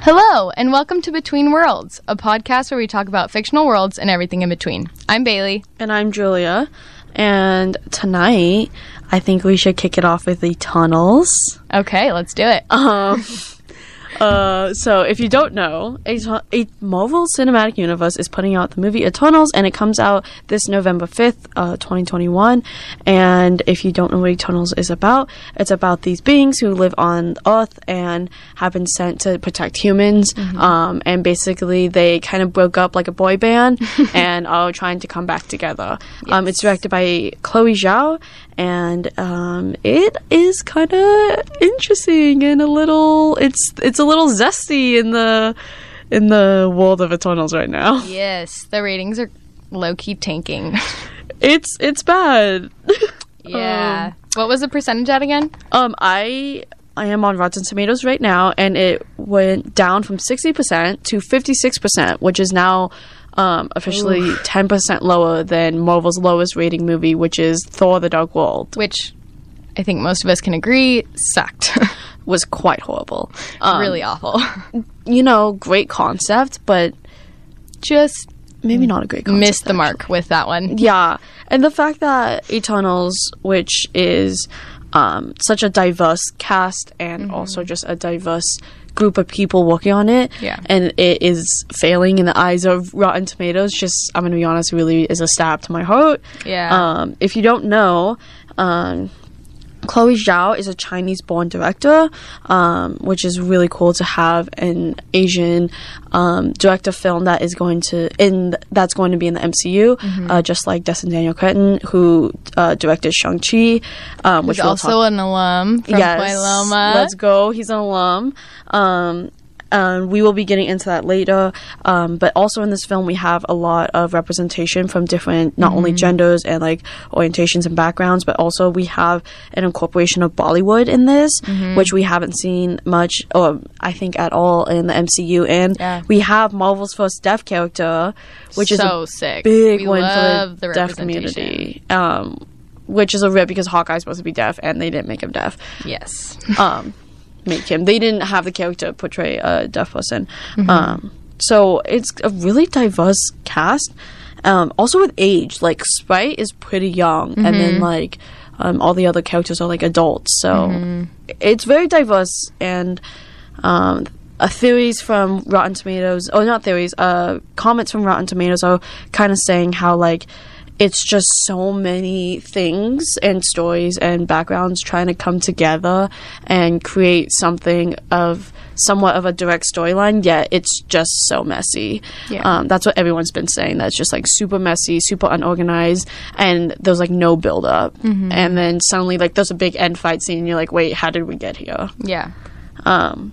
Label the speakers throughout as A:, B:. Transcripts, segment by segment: A: Hello, and welcome to Between Worlds, a podcast where we talk about fictional worlds and everything in between. I'm Bailey.
B: And I'm Julia. And tonight, I think we should kick it off with the tunnels.
A: Okay, let's do it.
B: Um, uh, so, if you don't know, a, tu- a Marvel Cinematic Universe is putting out the movie Eternals, and it comes out this November 5th, uh, 2021. And if you don't know what Eternals is about, it's about these beings who live on Earth and have been sent to protect humans. Um, and basically, they kind of broke up like a boy band and are trying to come back together. Um, it's directed by Chloe Zhao, and um, it is kind of interesting and a little it's it's a little zesty in the in the world of Eternals right now.
A: Yes, the ratings are low key tanking.
B: It's it's bad.
A: yeah. what was the percentage at again?
B: Um, I I am on Rotten Tomatoes right now, and it went down from sixty percent to fifty six percent, which is now um, officially ten percent lower than Marvel's lowest rating movie, which is Thor: The Dark World,
A: Which I think most of us can agree sucked.
B: was quite horrible. Um,
A: really awful.
B: you know, great concept, but
A: Just
B: maybe not a great concept.
A: missed the mark with that one.
B: Yeah, and the fact that Eternals, which is um, such a diverse cast and
A: Mm-hmm.
B: also just a diverse group of people working on it,
A: Yeah.
B: and it is failing in the eyes of Rotten Tomatoes, just, I'm going to be honest, really is a stab to my heart.
A: Yeah.
B: Um, if you don't know, um, Chloe Zhao is a Chinese born director, um, which is really cool to have an Asian um, director film that is going to in that's going to be in the MCU,
A: Mm-hmm.
B: uh, just like Destin Daniel Cretton, who uh, directed Shang Chi, um, which
A: He's
B: we'll
A: also
B: talk-
A: an alum from Paloma.
B: Let's go. He's an alum. Um, and we will be getting into that later. Um, but also in this film, we have a lot of representation from different, not
A: Mm-hmm.
B: only genders and like orientations and backgrounds, but also we have an incorporation of Bollywood in this,
A: Mm-hmm.
B: which we haven't seen much, or I think at all, in the MCU. And
A: Yeah.
B: we have Marvel's first deaf character, which is
A: so
B: a
A: sick.
B: big
A: we
B: win
A: love
B: for the,
A: the
B: deaf
A: representation.
B: community. Um, which is a rip because Hawkeye's supposed to be deaf and they didn't make him deaf
A: Yes.
B: um, make him. They didn't have the character portray a deaf person. Um, so it's a really diverse cast. Um, also with age, like Sprite is pretty young, and then like um, all the other characters are like adults. So it's very diverse. And um, uh, theories from Rotten Tomatoes, or not theories, uh, comments from Rotten Tomatoes are kind of saying how like it's just so many things and stories and backgrounds trying to come together and create something of somewhat of a direct storyline yet it's just so messy
A: Yeah.
B: um, that's what everyone's been saying that's just like super messy super unorganized and there's like no build up
A: Mm-hmm.
B: and then suddenly like there's a big end fight scene and you're like wait how did we get here
A: Yeah.
B: um,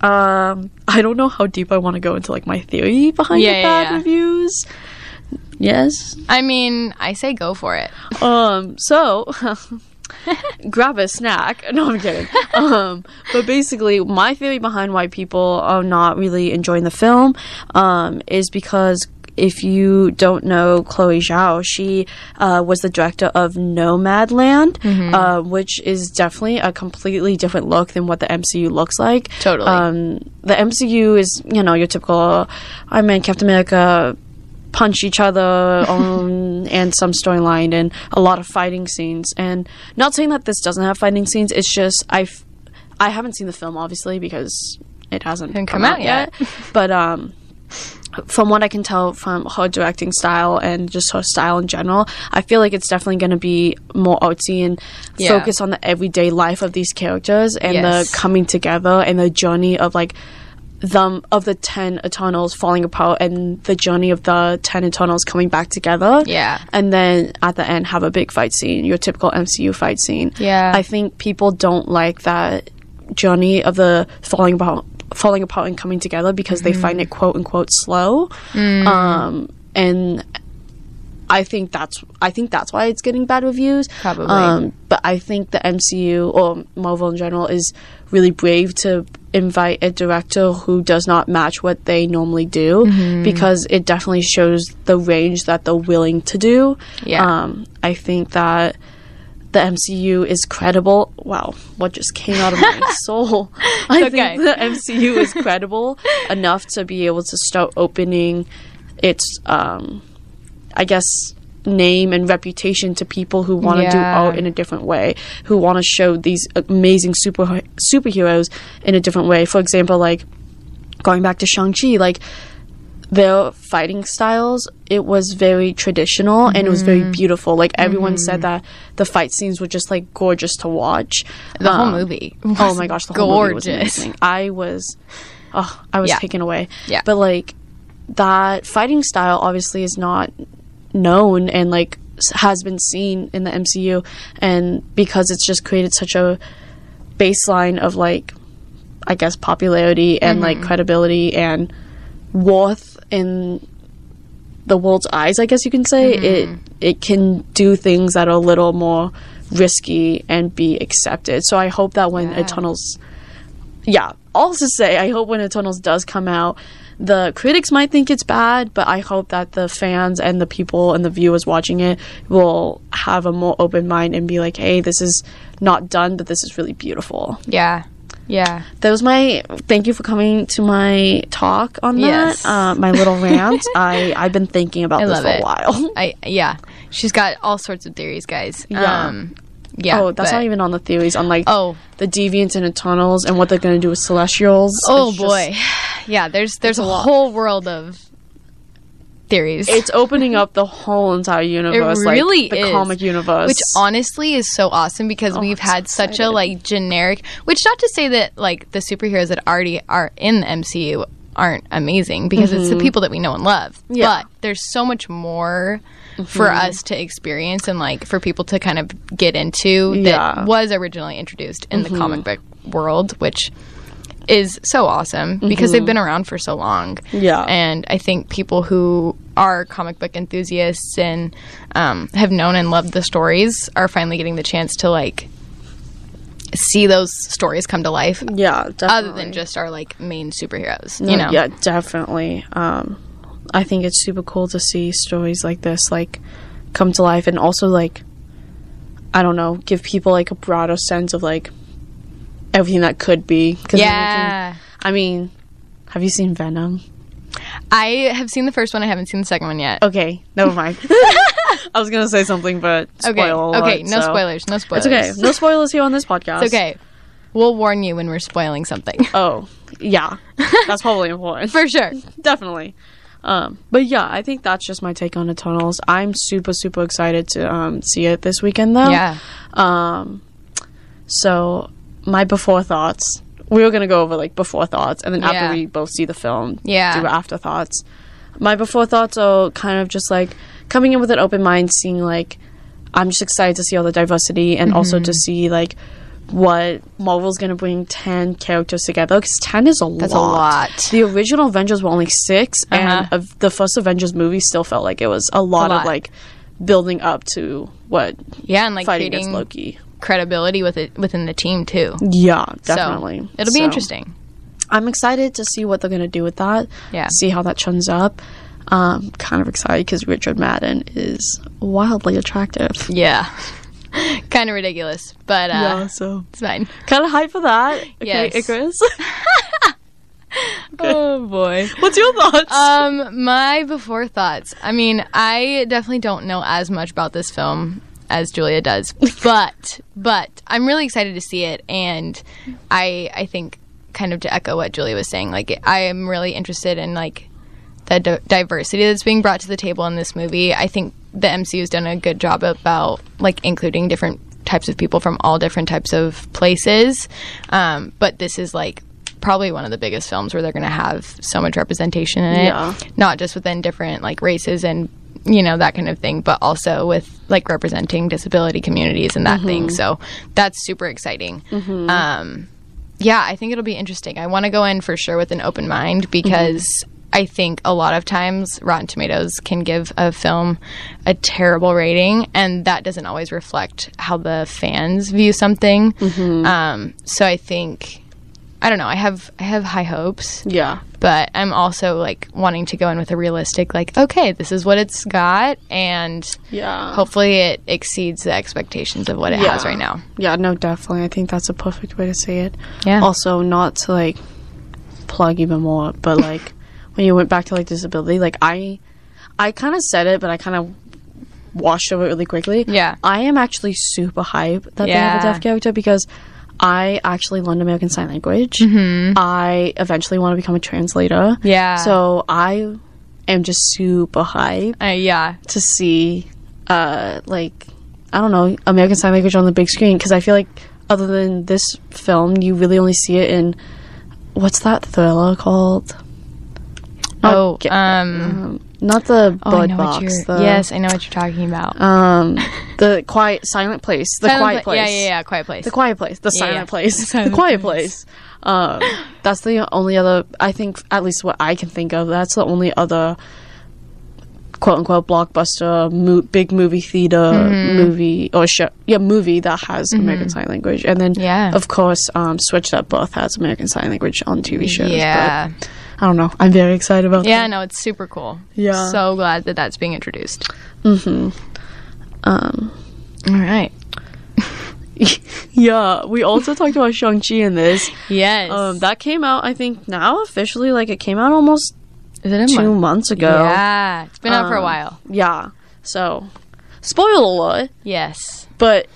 B: um, I don't know how deep I want to go into like my theory behind
A: Yeah,
B: the
A: yeah,
B: bad
A: yeah.
B: reviews. Yes.
A: I mean, I say go for it.
B: Um. So. grab a snack no i'm kidding um but basically my theory behind why people are not really enjoying the film um is because if you don't know Chloe Zhao, she uh, was the director of Nomadland, uh, which is definitely a completely different look than what the MCU looks like.
A: Totally.
B: Um, the MCU is, you know, your typical Iron Man, Captain America, punch each other um, and some storyline and a lot of fighting scenes. And not saying that this doesn't have fighting scenes, it's just I, f- I haven't seen the film obviously because it hasn't
A: Hasn't come out yet.
B: but um. From what I can tell from her directing style and just her style in general, I feel like it's definitely going to be more artsy and
A: Yeah.
B: focus on the everyday life of these characters and
A: Yes.
B: the coming together and the journey of like them of the 10 eternals falling apart and the journey of the 10 eternals coming back together
A: Yeah.
B: and then at the end have a big fight scene your typical mcu fight scene
A: Yeah.
B: i think people don't like that journey of the falling apart falling apart and coming together because they find
A: Mm.
B: it quote unquote slow um and I think that's I think that's why it's getting bad reviews.
A: Probably.
B: Um, but I think the MCU or Marvel in general is really brave to invite a director who does not match what they normally do
A: Mm-hmm.
B: because it definitely shows the range that they're willing to do.
A: Yeah.
B: Um, I think that the MCU is credible. Wow, what just came out of my soul? I
A: okay.
B: think the MCU is credible enough to be able to start opening its, um, I guess, name and reputation to people who want to
A: Yeah.
B: do art in a different way, who want to show these amazing super superheroes in a different way. For example, like going back to Shang-Chi, like their fighting styles, it was very traditional and it was
A: Mm-hmm.
B: very beautiful. Like everyone said that the fight scenes were just like gorgeous to watch.
A: The whole movie
B: Oh
A: was
B: my gosh, the whole movie was
A: gorgeous.
B: amazing. I was, oh, I was
A: Yeah.
B: taken away.
A: Yeah.
B: But like that fighting style obviously is not known and like s- has been seen in the MCU, and because it's just created such a baseline of like, I guess popularity and like credibility and worth in the world's eyes, I guess you can say, it it can do things that are a little more risky and be accepted. So I hope that when
A: Yeah.
B: Eternals yeah, all to say, I hope when Eternals does come out, the critics might think it's bad, but I hope that the fans and the people and the viewers watching it will have a more open mind and be like, hey, this is not done, but this is really beautiful.
A: Yeah. Yeah.
B: That was my thank you for coming to my talk on that.
A: Yes.
B: Uh, my little rant. I I've been thinking about this
A: love
B: for
A: it.
B: a while.
A: I yeah. She's got all sorts of theories, guys.
B: Yeah.
A: Um yeah.
B: oh, that's
A: but-
B: not even on the theories on like
A: Oh.
B: the deviants and Eternals and what they're gonna do with Celestials.
A: Oh
B: It's just-
A: boy. yeah, there's there's a, whole world of theories.
B: it's opening up the whole entire universe,
A: really
B: like the
A: is.
B: comic universe.
A: which honestly is so awesome because we've
B: Oh, I'm so
A: had such a
B: excited.
A: like generic which not to say that like the superheroes that already are in the MCU aren't amazing because it's the people that we know and love.
B: Mm-hmm. Yeah. Mm-hmm.
A: But there's so much more for us to experience and like for people to kind of get into
B: Yeah. Mm-hmm.
A: that was originally introduced in the comic book world, which is so awesome because they've been around for so long.
B: Mm-hmm. Yeah.
A: And I think people who are comic book enthusiasts and um, have known and loved the stories are finally getting the chance to like see those stories come to life
B: yeah, definitely.
A: other than just our like main superheroes, you know?
B: yeah, definitely. Um, I think it's super cool to see stories like this like come to life, and also like I don't know, give people like a broader sense of like everything that could be. 'Cause then we can-
A: Yeah.
B: I mean, have you seen Venom?
A: I have seen the first one. I haven't seen the second one yet.
B: Okay, never mind. I was gonna say something, but
A: Okay.
B: spoil
A: okay.
B: alert,
A: No
B: so-
A: spoilers. No spoilers.
B: It's okay. No spoilers here on this podcast.
A: It's okay. We'll warn you when we're spoiling something.
B: Oh, yeah, that's probably important.
A: For sure.
B: definitely. Um, but yeah, I think that's just my take on Eternals. I'm super, super excited to um, see it this weekend, though.
A: Yeah.
B: Um, so my before thoughts. We were gonna go over like before thoughts, and then
A: Yeah.
B: after we both see the film,
A: Yeah.
B: do after thoughts. My before thoughts are kind of just like coming in with an open mind, seeing like I'm just excited to see all the diversity, and
A: Mm-hmm.
B: also to see like what Marvel's gonna bring ten characters together because ten is a lot.
A: That's a lot.
B: The original Avengers were only 6 and
A: Uh-huh.
B: of the first Avengers movie still felt like it was a lot,
A: lot.
B: of like building up to what
A: Yeah, and like
B: fighting
A: creating
B: against Loki.
A: credibility with it within the team too.
B: Yeah, definitely.
A: So it'll be
B: So,
A: interesting.
B: I'm excited to see what they're gonna do with that.
A: Yeah.
B: see how that turns up. Um, kind of excited because Richard Madden is wildly attractive.
A: Yeah. kind of ridiculous, but uh,
B: yeah, so
A: it's fine.
B: kind of hype for that. Okay,
A: Yes.
B: Icarus,
A: Oh boy.
B: what's your thoughts?
A: Um, my before thoughts. I mean, I definitely don't know as much about this film as Julia does, but but I'm really excited to see it, and I I think kind of to echo what Julia was saying, like I am really interested in like the di- diversity that's being brought to the table in this movie. I think the MCU's done a good job about like including different types of people from all different types of places. Um, but this is like probably one of the biggest films where they're going to have so much representation in it,
B: Yeah.
A: not just within different like races and you know that kind of thing, but also with like representing disability communities and that thing. So that's super exciting. Um, yeah, I think it'll be interesting. I want to go in for sure with an open mind because
B: Mm-hmm.
A: I think a lot of times Rotten Tomatoes can give a film a terrible rating, and that doesn't always
B: Mm-hmm.
A: reflect how the fans view something. Um, so I think I don't know. I have I have high hopes,
B: Yeah.
A: but I'm also like wanting to go in with a realistic like okay, this is what it's got and
B: Yeah.
A: hopefully it exceeds the expectations of what it has
B: Yeah.
A: right now.
B: Yeah, no, definitely. I think that's a perfect way to say it.
A: Yeah.
B: Also, not to like plug even more, but like when you went back to like disability, like I, I kind of said it, but I kind of washed over it really quickly.
A: Yeah.
B: I am actually super hype that they have a
A: Yeah.
B: deaf character because I actually learned American Sign Language. I eventually want to become a translator.
A: Mm-hmm. Yeah.
B: So I am just super hype
A: Uh, yeah.
B: to see uh like i don't know american sign language on the big screen because i feel like other than this film you really only see it in what's that thriller called Not
A: Oh,
B: Ga-
A: um,
B: not the
A: oh, I
B: bud
A: know what
B: box
A: you're.
B: the,
A: yes, I know what you're talking about.
B: um the quiet silent place the
A: Silent
B: quiet
A: Pla-
B: place
A: Yeah, yeah, yeah. Quiet place.
B: the quiet place the silent
A: yeah.
B: place the,
A: Silent
B: quiet place, um that's the only other i think at least what i can think of that's the only other quote unquote blockbuster mo- big movie theater
A: Mm-hmm.
B: movie or show yeah movie that has american sign language and then
A: Yeah.
B: of course um switched up both has american sign language on tv shows
A: yeah.
B: but i don't know i'm very excited about
A: Yeah, no, it's super cool.
B: Yeah.
A: So glad that that's being introduced.
B: that. um
A: All right.
B: yeah we also talked about shang-chi in this
A: Yes.
B: um that came out i think now officially like it came out almost
A: Is it a
B: two
A: month?
B: months ago
A: Yeah. It's been out for a
B: Um,
A: while.
B: Yeah. So, spoiler alert,
A: Yes.
B: but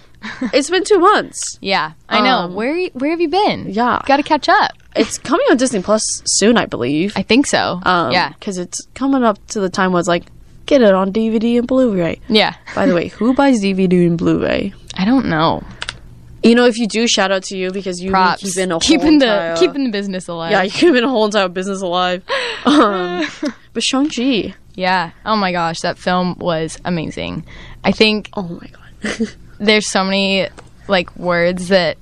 B: it's been two months.
A: Yeah. I know.
B: um,
A: where y- where have you been?
B: Yeah.
A: Got to catch up.
B: It's coming on Disney Plus soon, I believe.
A: I think so.
B: Um,
A: yeah.
B: Because it's coming up to the time where it's like, get it on DVD and Blu ray.
A: Yeah.
B: By the way, who buys DVD and Blu ray?
A: I don't know.
B: You know, if you do, shout out to you because you
A: Props.
B: keep in a whole
A: keeping
B: entire-
A: the keeping the business alive.
B: yeah, you keep in a whole entire business alive. Um, but Shang-Chi.
A: Yeah. Oh my gosh, that film was amazing. I think
B: Oh my god.
A: there's so many like words that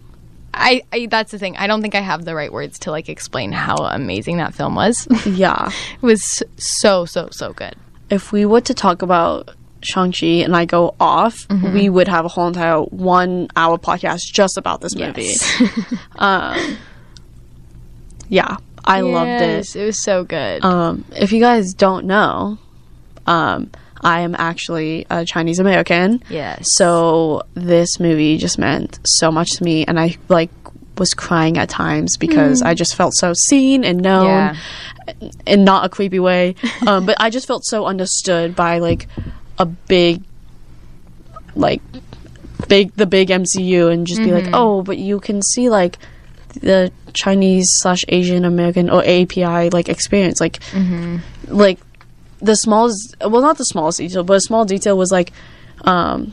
A: I, I that's the thing. I don't think I have the right words to like explain how amazing that film was. it
B: yeah.
A: was so so so good.
B: if we were to talk about Shang-Chi and I go off, we would have a whole entire one hour podcast just about this movie. um, yeah, I loved it.
A: Yes, It was so good.
B: Um, if you guys don't know, um, I am actually a Chinese American.
A: yes.
B: So this movie just meant so much to me, and I like was crying at times because I just felt so seen and known,
A: Yeah.
B: in not a creepy way, um, but I just felt so understood by like a big, like big the big MCU, and just be like, oh, but you can see like the Chinese slash Asian American or API like experience, like like the smallest well not the smallest detail but a small detail was like um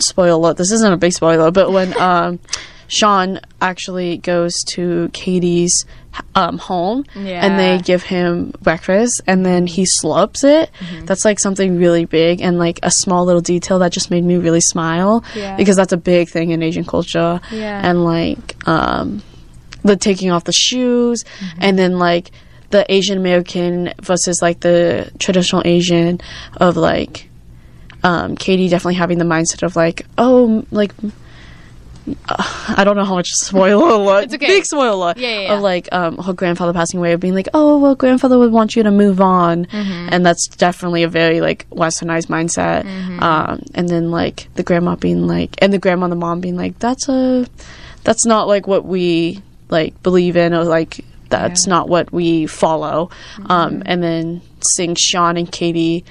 B: spoiler alert this isn't a big spoiler but when um sean actually goes to katie's um home and they
A: Yeah.
B: give him breakfast and then he slurps it
A: Mm-hmm.
B: that's like something really big and like a small little detail that just made me really smile
A: Yeah.
B: because that's a big thing in asian culture
A: Yeah.
B: and like um the taking off the shoes
A: Mm-hmm.
B: and then like the Asian American versus like the traditional Asian of like um Katie definitely having the mindset of like oh m- like uh, I don't know how much spoiler alert
A: It's okay.
B: big spoiler alert
A: Yeah, yeah, yeah.
B: of like um her grandfather passing away of being like oh well grandfather would want you to move on and that's definitely a very like westernized mindset um and then like the grandma being like and the grandma and the mom being like that's a that's not like what we like believe in or like that's not what we follow um, and then seeing sean and katie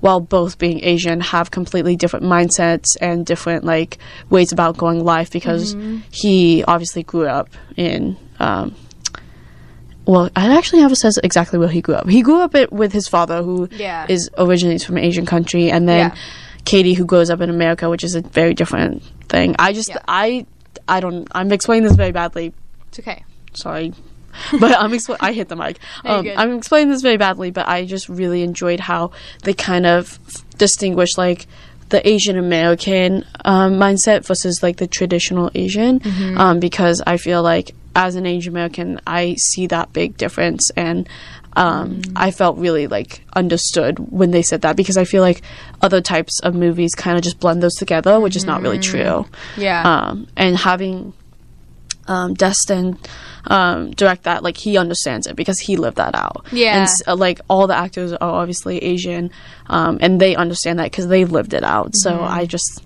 B: while both being asian have completely different mindsets and different like ways about going life because he obviously grew up in um, well i actually never says exactly where he grew up he grew up it, with his father who is
A: Yeah.
B: originates from an asian country and then
A: Yeah.
B: Katie who grows up in America, which is a very different thing. I just
A: Yeah.
B: I I don't I'm explaining this very badly.
A: it's okay.
B: Sorry. but I'm expl- I hit the mic.
A: No, you're
B: Um,
A: good.
B: I'm explaining this very badly, but I just really enjoyed how they kind of distinguish like the Asian American um, mindset versus like the traditional Asian, um, because I feel like as an Asian American, I see that big difference, and um, I felt really like understood when they said that because I feel like other types of movies kind of just blend those together, which is not really true
A: Yeah.
B: um, and having um, Destin um, direct that, like he understands it because he lived that out.
A: Yeah.
B: and s- uh, like all the actors are obviously Asian, um, and they understand that because they lived it out. So I just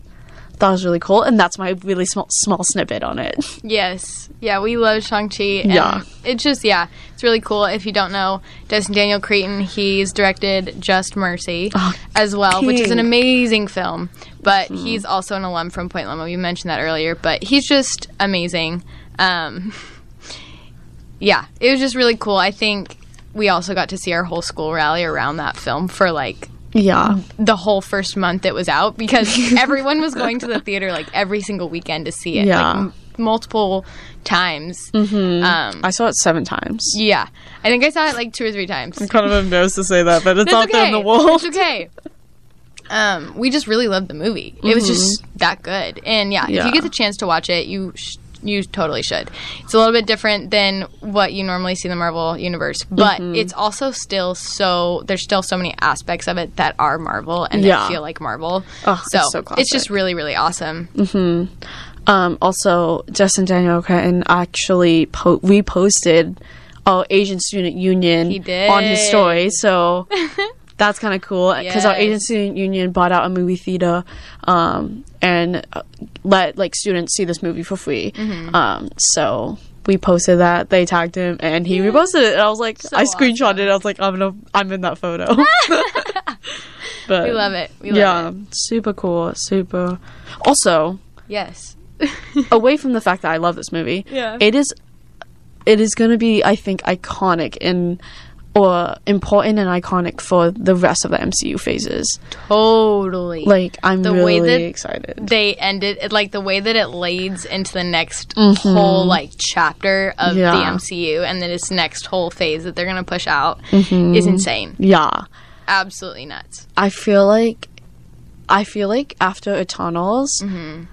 B: thought it was really cool, and that's my really small small snippet on it.
A: Yes. Yeah, we love Shang-Chi. and
B: Yeah.
A: It's just, yeah, it's really cool. If you don't know, Destin Daniel Creighton, he's directed Just Mercy as well, which is an
B: king.
A: amazing film. But he's also an alum from Point Loma. We mentioned that earlier, but he's just amazing. Um, yeah, it was just really cool. I think we also got to see our whole school rally around that film for like
B: yeah,
A: the whole first month it was out because everyone was going to the theater like every single weekend to see it
B: Yeah.
A: like m- multiple times um,
B: I saw it seven times.
A: yeah i think i saw it like two or three times
B: kind of embarrassed to say that, but it's,
A: It's
B: out there in the world.
A: it's okay um, we just really loved the movie it was just that good and yeah, if
B: Mm-hmm. Yeah.
A: you get the chance to watch it you sh- you totally should it's a little bit different than what you normally see in the marvel universe but
B: Mm-hmm.
A: it's also still so there's still so many aspects of it that are marvel and
B: Yeah.
A: that feel like marvel so
B: Oh, it's
A: it's,
B: so
A: just
B: classic.
A: really really awesome
B: Um, also, Justin Daniel Cretton actually po- reposted our Asian Student Union
A: He did.
B: on his story, so that's kind of cool because our
A: Yes.
B: Asian Student Union bought out a movie theater um, and uh, let like students see this movie for free.
A: Mm-hmm.
B: Um, so we posted that. They tagged him, and he reposted it. And I was like, I screenshotted it. I was like, I'm gonna, I'm in that photo. but
A: we love it we love
B: Mm-hmm. yeah,
A: it
B: super cool, super. Also,
A: yes
B: away from the fact that I love this movie,
A: Yeah.
B: it is it is going to be I think iconic and or important and iconic for the rest of the MCU phases.
A: totally
B: Like I'm
A: The way
B: really
A: that-
B: excited.
A: they ended it like the way that it leads into the next whole like chapter of
B: Mm-hmm. Yeah.
A: the MCU and then its next whole phase that they're gonna push out
B: Mm-hmm.
A: is insane.
B: Yeah.
A: Absolutely nuts.
B: I feel like I feel like after Eternals,
A: Mm-hmm.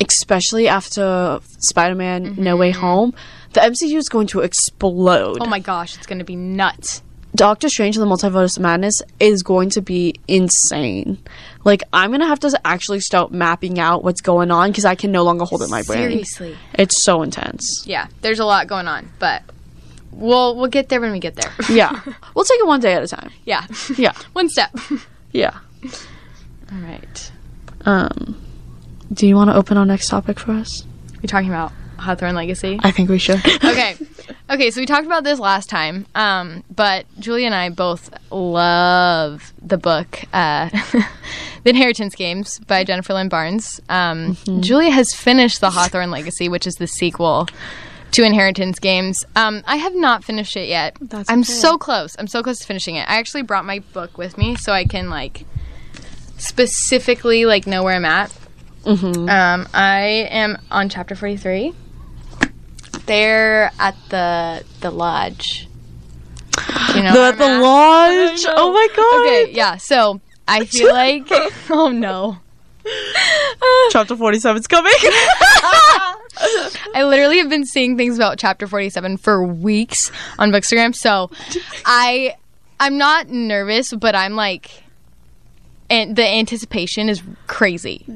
B: especially after Spider-Man No Way Home, the MCU is going to explode.
A: Mm-hmm. Oh my gosh, it's gonna be nuts.
B: Doctor Strange in the Multiverse of Madness is going to be insane. Like I'm gonna have to actually start mapping out what's going on because I can no longer hold it in my brain.
A: Seriously.
B: It's so intense.
A: Yeah, there's a lot going on, but we'll we'll get there when we get there.
B: Yeah, we'll take it one day at a time.
A: yeah.
B: Yeah,
A: One step.
B: yeah.
A: All right.
B: Um, do you want to open our next topic for us?
A: We're talking about Hawthorne Legacy.
B: I think we should.
A: okay. Okay, so we talked about this last time, um, but Julie and I both love the book, uh, The Inheritance Games by Jennifer Lynn Barnes. Um,
B: Mm-hmm.
A: Julia has finished The Hawthorne Legacy, which is the sequel to Inheritance Games. Um, I have not finished it yet.
B: That's
A: I'm
B: cool.
A: so close. I'm so close to finishing it. I actually brought my book with me so I can, like, specifically, like, know where I'm at. Um, I am on chapter 43. They're at the the lodge. Do you know
B: They're
A: where
B: at the
A: I'm
B: lodge.
A: I know.
B: Oh my god.
A: Okay, yeah. So I feel like oh no.
B: Chapter forty-seven's coming.
A: I literally have been seeing things about chapter 47 for weeks on Bookstagram. So I I'm not nervous, but I'm like and the anticipation is crazy.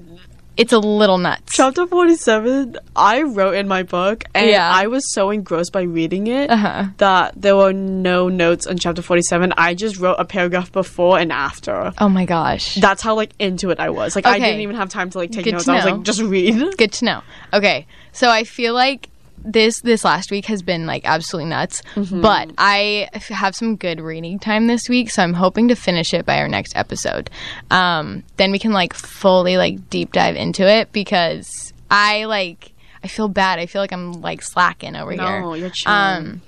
A: It's a little nuts.
B: Chapter forty-seven. I wrote in my book, and
A: Yeah.
B: I was so engrossed by reading it.
A: Uh-huh.
B: that there were no notes on chapter 47. I just wrote a paragraph before and after.
A: Oh my gosh.
B: That's how like into it I was. Like I
A: Okay.
B: didn't even have time to like take
A: Good
B: notes.
A: to
B: I was
A: know.
B: like just read.
A: good to know. Okay, so I feel like this this last week has been like absolutely nuts,
B: Mm-hmm.
A: but I f- have some good reading time this week, so I'm hoping to finish it by our next episode. Um, then we can like fully like deep dive into it because I like I feel bad. I feel like I'm like slacking over here.
B: No, you're chilling.
A: Um,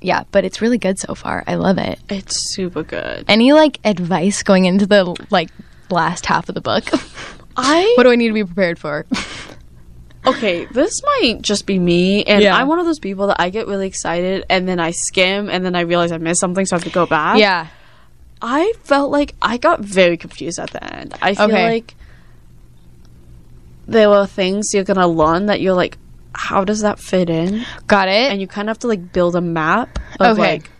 A: yeah, but it's really good so far. I love it.
B: it's super good.
A: Any like advice going into the like last half of the book?
B: I
A: what do I need to be prepared for?
B: okay, this might just be me and
A: Yeah.
B: I'm one of those people that I get really excited and then I skim and then I realize I missed something so I have to go back.
A: yeah.
B: I felt like I got very confused at the end. I feel
A: Okay.
B: like there were things you're gonna learn that you're like, how does that fit in?
A: Got it.
B: and you kind of have to like build a map of
A: Okay.
B: like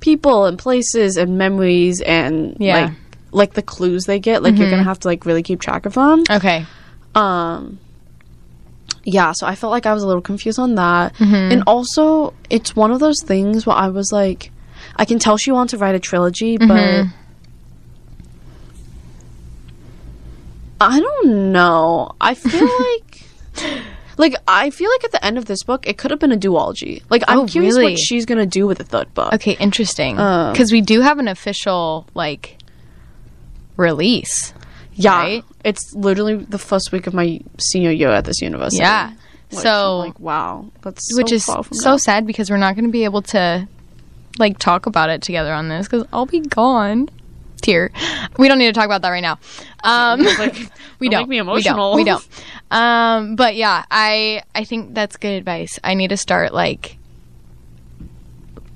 B: people and places and memories and
A: Yeah. Mm-hmm.
B: like like the clues they get like you're gonna have to like really keep track of them
A: Okay.
B: um yeah, so I felt like I was a little confused on that.
A: Mm-hmm.
B: And also, it's one of those things where I was like, I can tell she wanted to write a trilogy, but
A: Mm-hmm.
B: I don't know. I feel like. Like I feel like at the end of this book, it could have been a duology. Like I'm
A: Oh,
B: curious
A: really?
B: what she's gonna do with the third book.
A: Okay, interesting.
B: Um,
A: Because we do have an official like release.
B: yeah,
A: right?
B: it's literally the first week of my senior year at this university.
A: Yeah.
B: Which
A: so,
B: I'm like wow, that's so
A: which is
B: far from
A: so
B: now.
A: sad because we're not going to be able to like talk about it together on this because I'll be gone. Tear. We don't need to talk about that right now. Um,
B: like
A: we don't.
B: don't make me
A: We don't.
B: emotional.
A: We don't. Um, but yeah, I I think that's good advice. I need to start like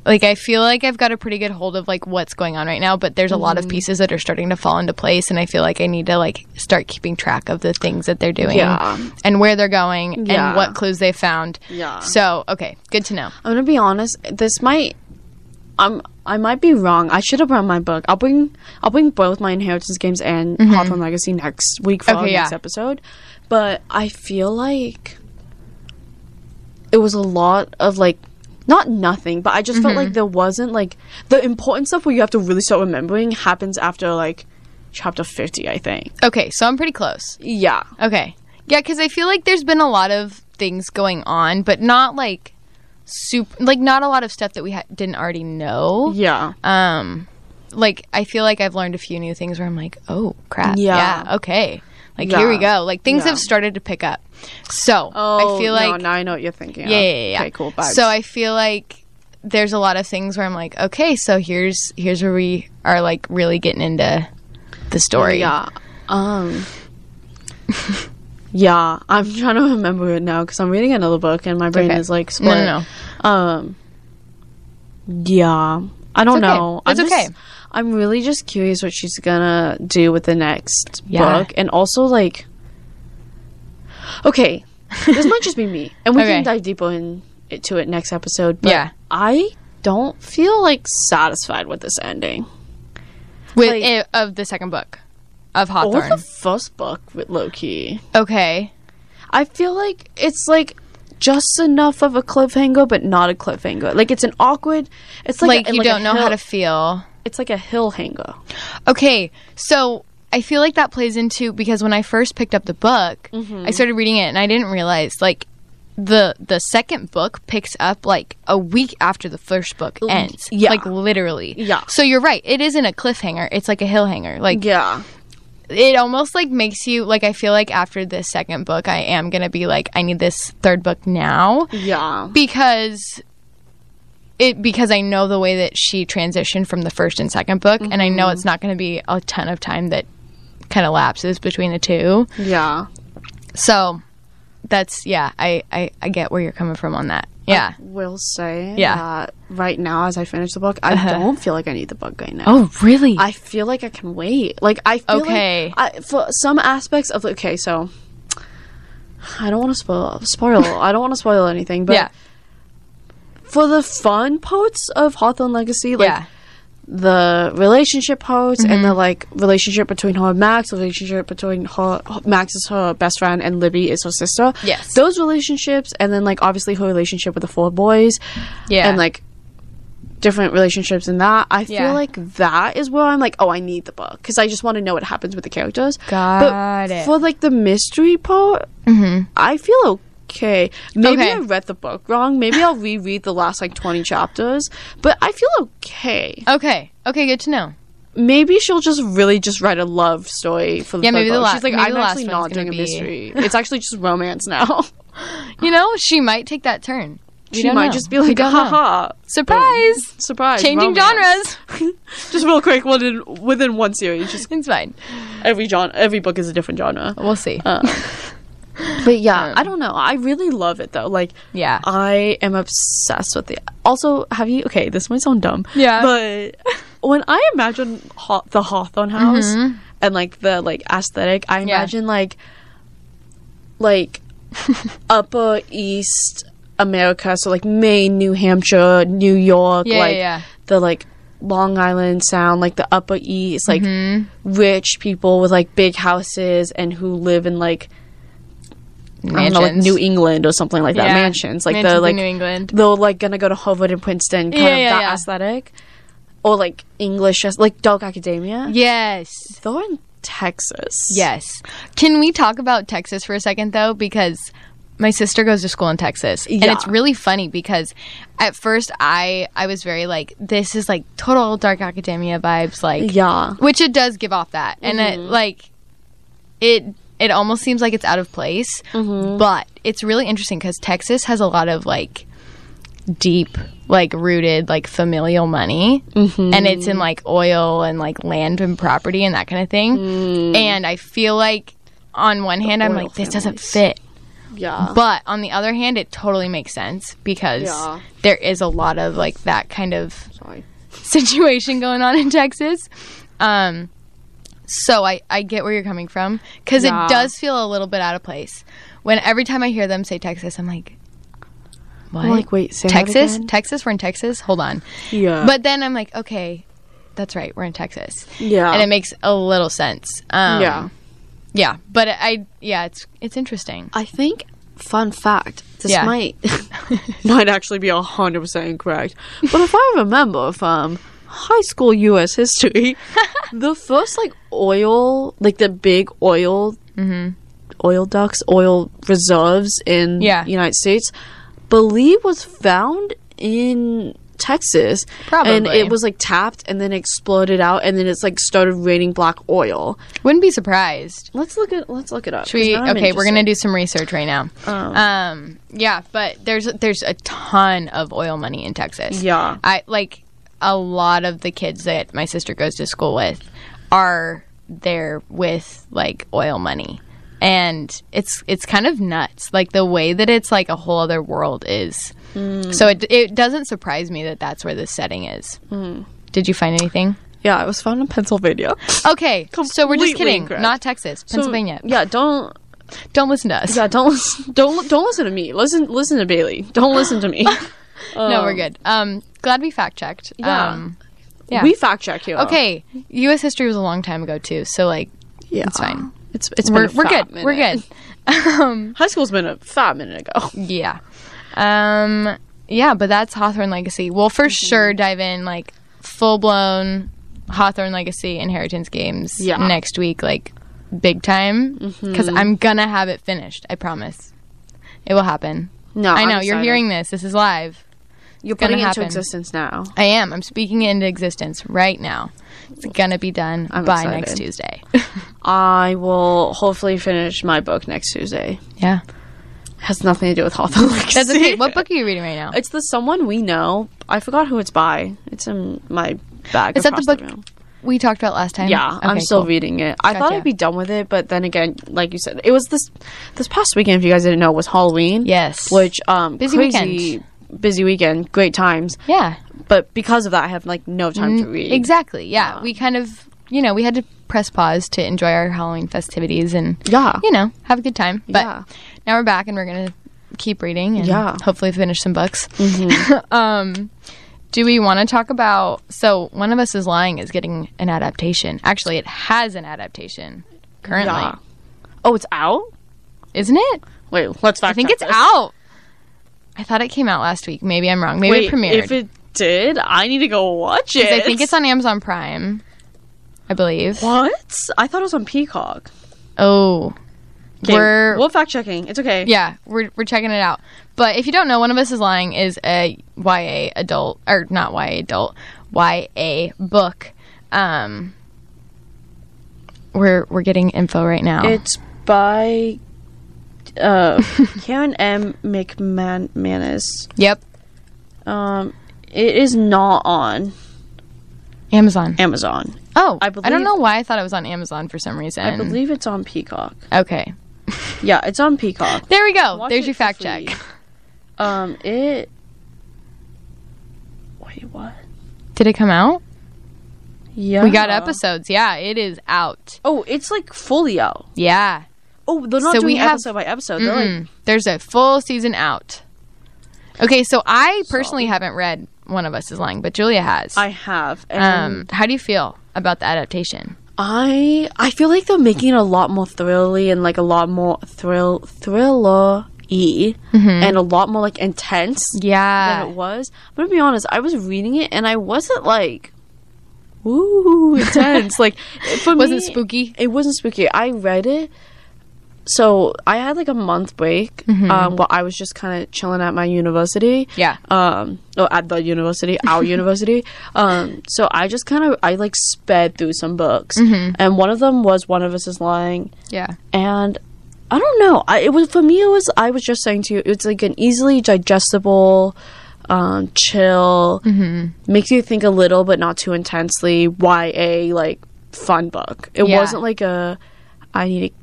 A: like I feel like I've got a pretty good hold of like what's going on right now, but there's a lot
B: Mm-hmm.
A: of pieces that are starting to fall into place and I feel like I need to like start keeping track of the things that they're doing
B: Yeah.
A: and where they're going
B: Yeah.
A: and what clues they found.
B: Yeah.
A: So, okay, good to know.
B: I'm gonna be honest. This might, I'm, I might be wrong. I should have brought my book. I'll bring, I'll bring both my Inheritance games and Hawthorne Legacy next week for our
A: Mm-hmm. Okay, yeah.
B: next episode. But I feel like it was a lot of like, not nothing, but I just felt
A: Mm-hmm.
B: like there wasn't like the important stuff where you have to really start remembering happens after like chapter fifty, I think.
A: Okay, so I'm pretty close.
B: Yeah.
A: Okay. Yeah, because I feel like there's been a lot of things going on, but not like super, like not a lot of stuff that we ha- didn't already know.
B: Yeah.
A: Um, like I feel like I've learned a few new things where I'm like, oh crap,
B: Yeah.
A: yeah, okay, like here we
B: Yeah.
A: go. Like things
B: Yeah. Oh,
A: have started to pick up. So I feel
B: no,
A: like
B: now I know what you're thinking.
A: yeah,
B: of.
A: yeah, yeah, yeah.
B: Okay, cool. Vibes.
A: So I feel like there's a lot of things where I'm like, okay, so here's here's where we are like really getting into the story.
B: Yeah. Um. yeah, I'm trying to remember it now because I'm reading another book and my brain
A: okay.
B: is like
A: No,
B: split.
A: no, no.
B: Um. Yeah, I don't
A: It's okay.
B: know.
A: It's
B: I'm just-
A: okay.
B: I'm really just curious what she's gonna do with the next
A: Yeah.
B: book, and also like. Okay, this might just be me, and we
A: Okay.
B: can dive deeper into it next episode. But
A: Yeah.
B: I don't feel like satisfied with this ending.
A: With
B: like-
A: eh, of the second book of
B: Or
A: Hawthorne.
B: the first book with Loki.
A: okay.
B: I feel like it's like just enough of a cliffhanger, but not a cliffhanger. Like it's an awkward. It's like,
A: Like,
B: a-
A: you
B: a
A: don't know how
B: hill-
A: to feel.
B: It's like a hill hanger.
A: Okay, so I feel like that plays into because when I first picked up the book,
B: Mm-hmm.
A: I started reading it and I didn't realize like the the second book picks up like a week after the first book ends.
B: yeah.
A: Like literally.
B: Yeah.
A: So you're right. It isn't a cliffhanger. It's like a hill hanger. Like
B: Yeah,
A: it almost like makes you like I feel like after this second book I am gonna be like, I need this third book now
B: yeah,
A: because it because I know the way that she transitioned from the first and second book, and I
B: Mm-hmm.
A: know it's not going to be a ton of time that kind of lapses between the two.
B: yeah.
A: So that's yeah, I I, I get where you're coming from on that. Yeah.
B: Will say
A: Yeah.
B: that right now, as I finish the book, I don't feel like I need the book right now.
A: oh really?
B: I feel like I can wait. Like I feel
A: Okay.
B: like I, for some aspects of okay, so I don't want to spoil spoil. I don't want to spoil anything, but
A: yeah.
B: for the fun parts of Hawthorne Legacy, like
A: yeah.
B: the relationship parts and
A: Mm-hmm.
B: the like relationship between her and Max, the relationship between her Max is her best friend and Libby is her sister.
A: Yes.
B: Those relationships and then like obviously her relationship with the four boys
A: Yeah.
B: and like different relationships in that. I feel
A: Yeah.
B: like that is where I'm like, oh, I need the book because I just want to know what happens with the characters.
A: Got
B: but
A: it.
B: For like the mystery part,
A: Mm-hmm.
B: I feel okay. Maybe
A: Okay.
B: I read the book wrong. Maybe I'll reread the last like 20 chapters, but I feel okay.
A: okay. Okay. Good to know.
B: Maybe she'll just really just write a love story for the
A: Yeah,
B: third
A: maybe the
B: book.
A: la-
B: She's like,
A: maybe
B: I'm
A: the last
B: actually
A: one's
B: not
A: gonna
B: doing a
A: be-
B: mystery. it's actually just romance now.
A: You know, she might take that turn. We
B: she
A: don't
B: might
A: know.
B: just be
A: We
B: like,
A: don't know.
B: haha,
A: Surprise!
B: surprise,
A: Changing
B: romance."
A: genres.
B: just real quick within within one series just
A: It's fine.
B: every genre every book is a different genre
A: We'll see.
B: Uh, but yeah i don't know i really love it though like
A: yeah.
B: i am obsessed with the also have you okay this might sound dumb
A: Yeah.
B: but when i imagine Haw- the hawthorne
A: Mm-hmm.
B: house and like the like aesthetic i imagine like like upper east america so like maine new hampshire new york
A: Yeah,
B: like
A: yeah, yeah.
B: the like long island sound like the upper east like
A: Mm-hmm.
B: rich people with like big houses and who live in like I don't
A: mansions.
B: know, like New England or something like that.
A: Yeah.
B: Mansions, like
A: Mansions
B: the
A: in
B: like
A: New England.
B: They're like gonna go to Harvard and Princeton, kind
A: Yeah,
B: of
A: yeah,
B: that
A: yeah.
B: aesthetic, or like English, as- like Dark Academia.
A: Yes.
B: They're in Texas.
A: Yes. Can we talk about Texas for a second though? Because my sister goes to school in Texas, and
B: Yeah.
A: it's really funny because at first I I was very like this is like total dark academia vibes, like
B: yeah.
A: which it does give off that, and it
B: Mm-hmm.
A: like it it almost seems like it's out of place,
B: Mm-hmm.
A: but it's really interesting because Texas has a lot of like deep like rooted like familial money
B: Mm-hmm.
A: and it's in like oil and like land and property and that kind of thing and i feel like on one hand i'm
B: Mm. oil
A: like this doesn't
B: families. Oh.
A: fit
B: Yeah.
A: but on the other hand it totally makes sense because
B: Yeah.
A: there is a lot of like that kind of
B: Sorry.
A: situation going on in Texas. Um, so I, I get where you're coming from because
B: Yeah.
A: it does feel a little bit out of place. When every time I hear them say Texas, I'm like, what?
B: I'm like, wait, say that
A: Texas?
B: again?
A: Texas? We're in Texas? Hold on.
B: Yeah.
A: But then I'm like, okay, that's right. We're in Texas.
B: yeah.
A: And it makes a little sense. Um,
B: yeah.
A: Yeah. But I, yeah, it's it's interesting.
B: I think fun fact. This
A: Yeah.
B: might not actually be hundred percent incorrect, but if I remember from high school U.S. history, the first like oil, like the big oil,
A: Mm-hmm.
B: oil ducts, oil reserves in
A: Yeah.
B: the United States, believe was found in. Texas, and
A: Probably.
B: it was like tapped, and then exploded out, and then it's like started raining black oil.
A: Wouldn't be surprised.
B: Let's look at let's look it up.
A: Should we, okay, we're gonna do some research right now.
B: Um,
A: Um, yeah, but there's there's a ton of oil money in Texas.
B: Yeah.
A: I like a lot of the kids that my sister goes to school with are there with like oil money. And it's it's kind of nuts. Like the way that it's like a whole other world is.
B: Mm.
A: So it it doesn't surprise me that that's where this setting is.
B: Mm.
A: Did you find anything?
B: Yeah, it was found in Pennsylvania.
A: Okay, so we're
B: Completely
A: just kidding.
B: incorrect.
A: Not Texas, Pennsylvania.
B: So, yeah, don't.
A: Don't listen to us.
B: Yeah, don't. lis- Don't. Don't listen to me. Listen. Listen to Bailey. Don't listen to me.
A: no, we're good. Um, glad we fact checked.
B: Oh. Yeah. Oh.
A: Um, Yeah.
B: We fact check here.
A: Okay, U.S. history was a long time ago too, so like
B: Yeah.
A: it's fine.
B: It's it's
A: We're,
B: been a
A: we're
B: fat
A: good. We're
B: minute.
A: good. Um,
B: High school's been a fat minute ago.
A: yeah, um, yeah, but that's Hawthorne Legacy. We'll for
B: Mm-hmm.
A: sure dive in like full blown Hawthorne Legacy Inheritance games
B: Yeah. Mm-hmm.
A: next week, like big time, because I'm gonna have it finished. I promise, it will happen.
B: No,
A: I
B: Oh, I'm
A: know you're
B: excited.
A: hearing this. This is live.
B: You're
A: gonna
B: putting it into
A: happen.
B: existence now.
A: I am. I'm speaking it into existence right now. It's gonna be done
B: I'm
A: by
B: excited.
A: next Tuesday.
B: I will hopefully finish my book next Tuesday.
A: yeah.
B: has nothing to do with Hawthorne. Legacy.
A: That's okay. What book are you reading right now?
B: It's the someone we know. I forgot who it's by. It's in my bag.
A: Is that the
B: across
A: book
B: room.
A: we talked about last time?
B: Yeah, I'm
A: Okay,
B: still
A: cool.
B: reading it. I thought
A: Gotcha.
B: I'd be done with it, but then again, like you said, it was this this past weekend. If you guys didn't know, was Halloween.
A: Yes.
B: which um
A: Busy
B: crazy busy weekend, great times.
A: Yeah.
B: But because of that, I have like no time to
A: Mm,
B: read.
A: Exactly. Yeah. We kind of, you know, we had to press pause to enjoy our Halloween festivities and,
B: Yeah.
A: you know, have a good time. But
B: Yeah.
A: now we're back and we're going to keep reading and
B: Yeah. Mm-hmm.
A: hopefully finish some books. um, do we want to talk about? So, One of Us is Lying is getting an adaptation. Actually, it has an adaptation currently,
B: Yeah. Oh, it's out.
A: isn't it?
B: Wait, let's fact.
A: I think it's out. I thought it came out last week. Maybe I'm wrong. Maybe
B: Wait,
A: it premiered.
B: if it did, I need to go watch it.
A: 'Cause I think it's on Amazon Prime, I believe.
B: What? I thought it was on Peacock.
A: Oh,
B: 'Kay,
A: we're
B: we'll fact checking. It's okay.
A: yeah, we're we're checking it out. But if you don't know, one of us is lying is a YA adult or not YA adult YA book. Um, we're we're getting info right now.
B: It's by uh, Karen M. McMahon Manis.
A: yep,
B: Um, it is not on
A: Amazon.
B: Amazon.
A: Oh,
B: I
A: I,
B: believe-
A: don't know why I thought it was on Amazon for some reason.
B: I believe it's on Peacock.
A: Okay,
B: Yeah, it's on Peacock.
A: there we go.
B: Watch
A: There's
B: it
A: your
B: for
A: fact
B: free.
A: check.
B: Um, it. Wait, what?
A: Did it come out?
B: Yeah,
A: We got episodes. Yeah, it is out.
B: Oh, it's like fully out.
A: Yeah.
B: Oh, they're not
A: So
B: doing
A: we have-
B: episode by episode. They're like,
A: Mm-mm. There's a full season out. Okay, so I personally haven't read One of Us is Lying, but Julia has.
B: I have. And
A: Mm. um, how do you feel about the adaptation?
B: I I feel like they're making it a lot more thrilly and like a lot more thrill thriller y
A: Mm-hmm.
B: and a lot more like intense than
A: Yeah.
B: it was. I'm gonna be honest, I was reading it and I wasn't like ooh intense. like for
A: Wasn't
B: me,
A: spooky.
B: It wasn't spooky. I read it. So I had like a month break um, while I was just kind of chilling at my university
A: Mm-hmm. Yeah.
B: um or at the university our university um so i just kind of i like sped through some books
A: Mm-hmm.
B: and one of them was one of us is lying
A: Yeah.
B: and i don't know i it was for me it was i was just saying to you it's like an easily digestible um chill
A: Mm-hmm.
B: makes you think a little but not too intensely ya like fun book it
A: Yeah.
B: wasn't like a i need to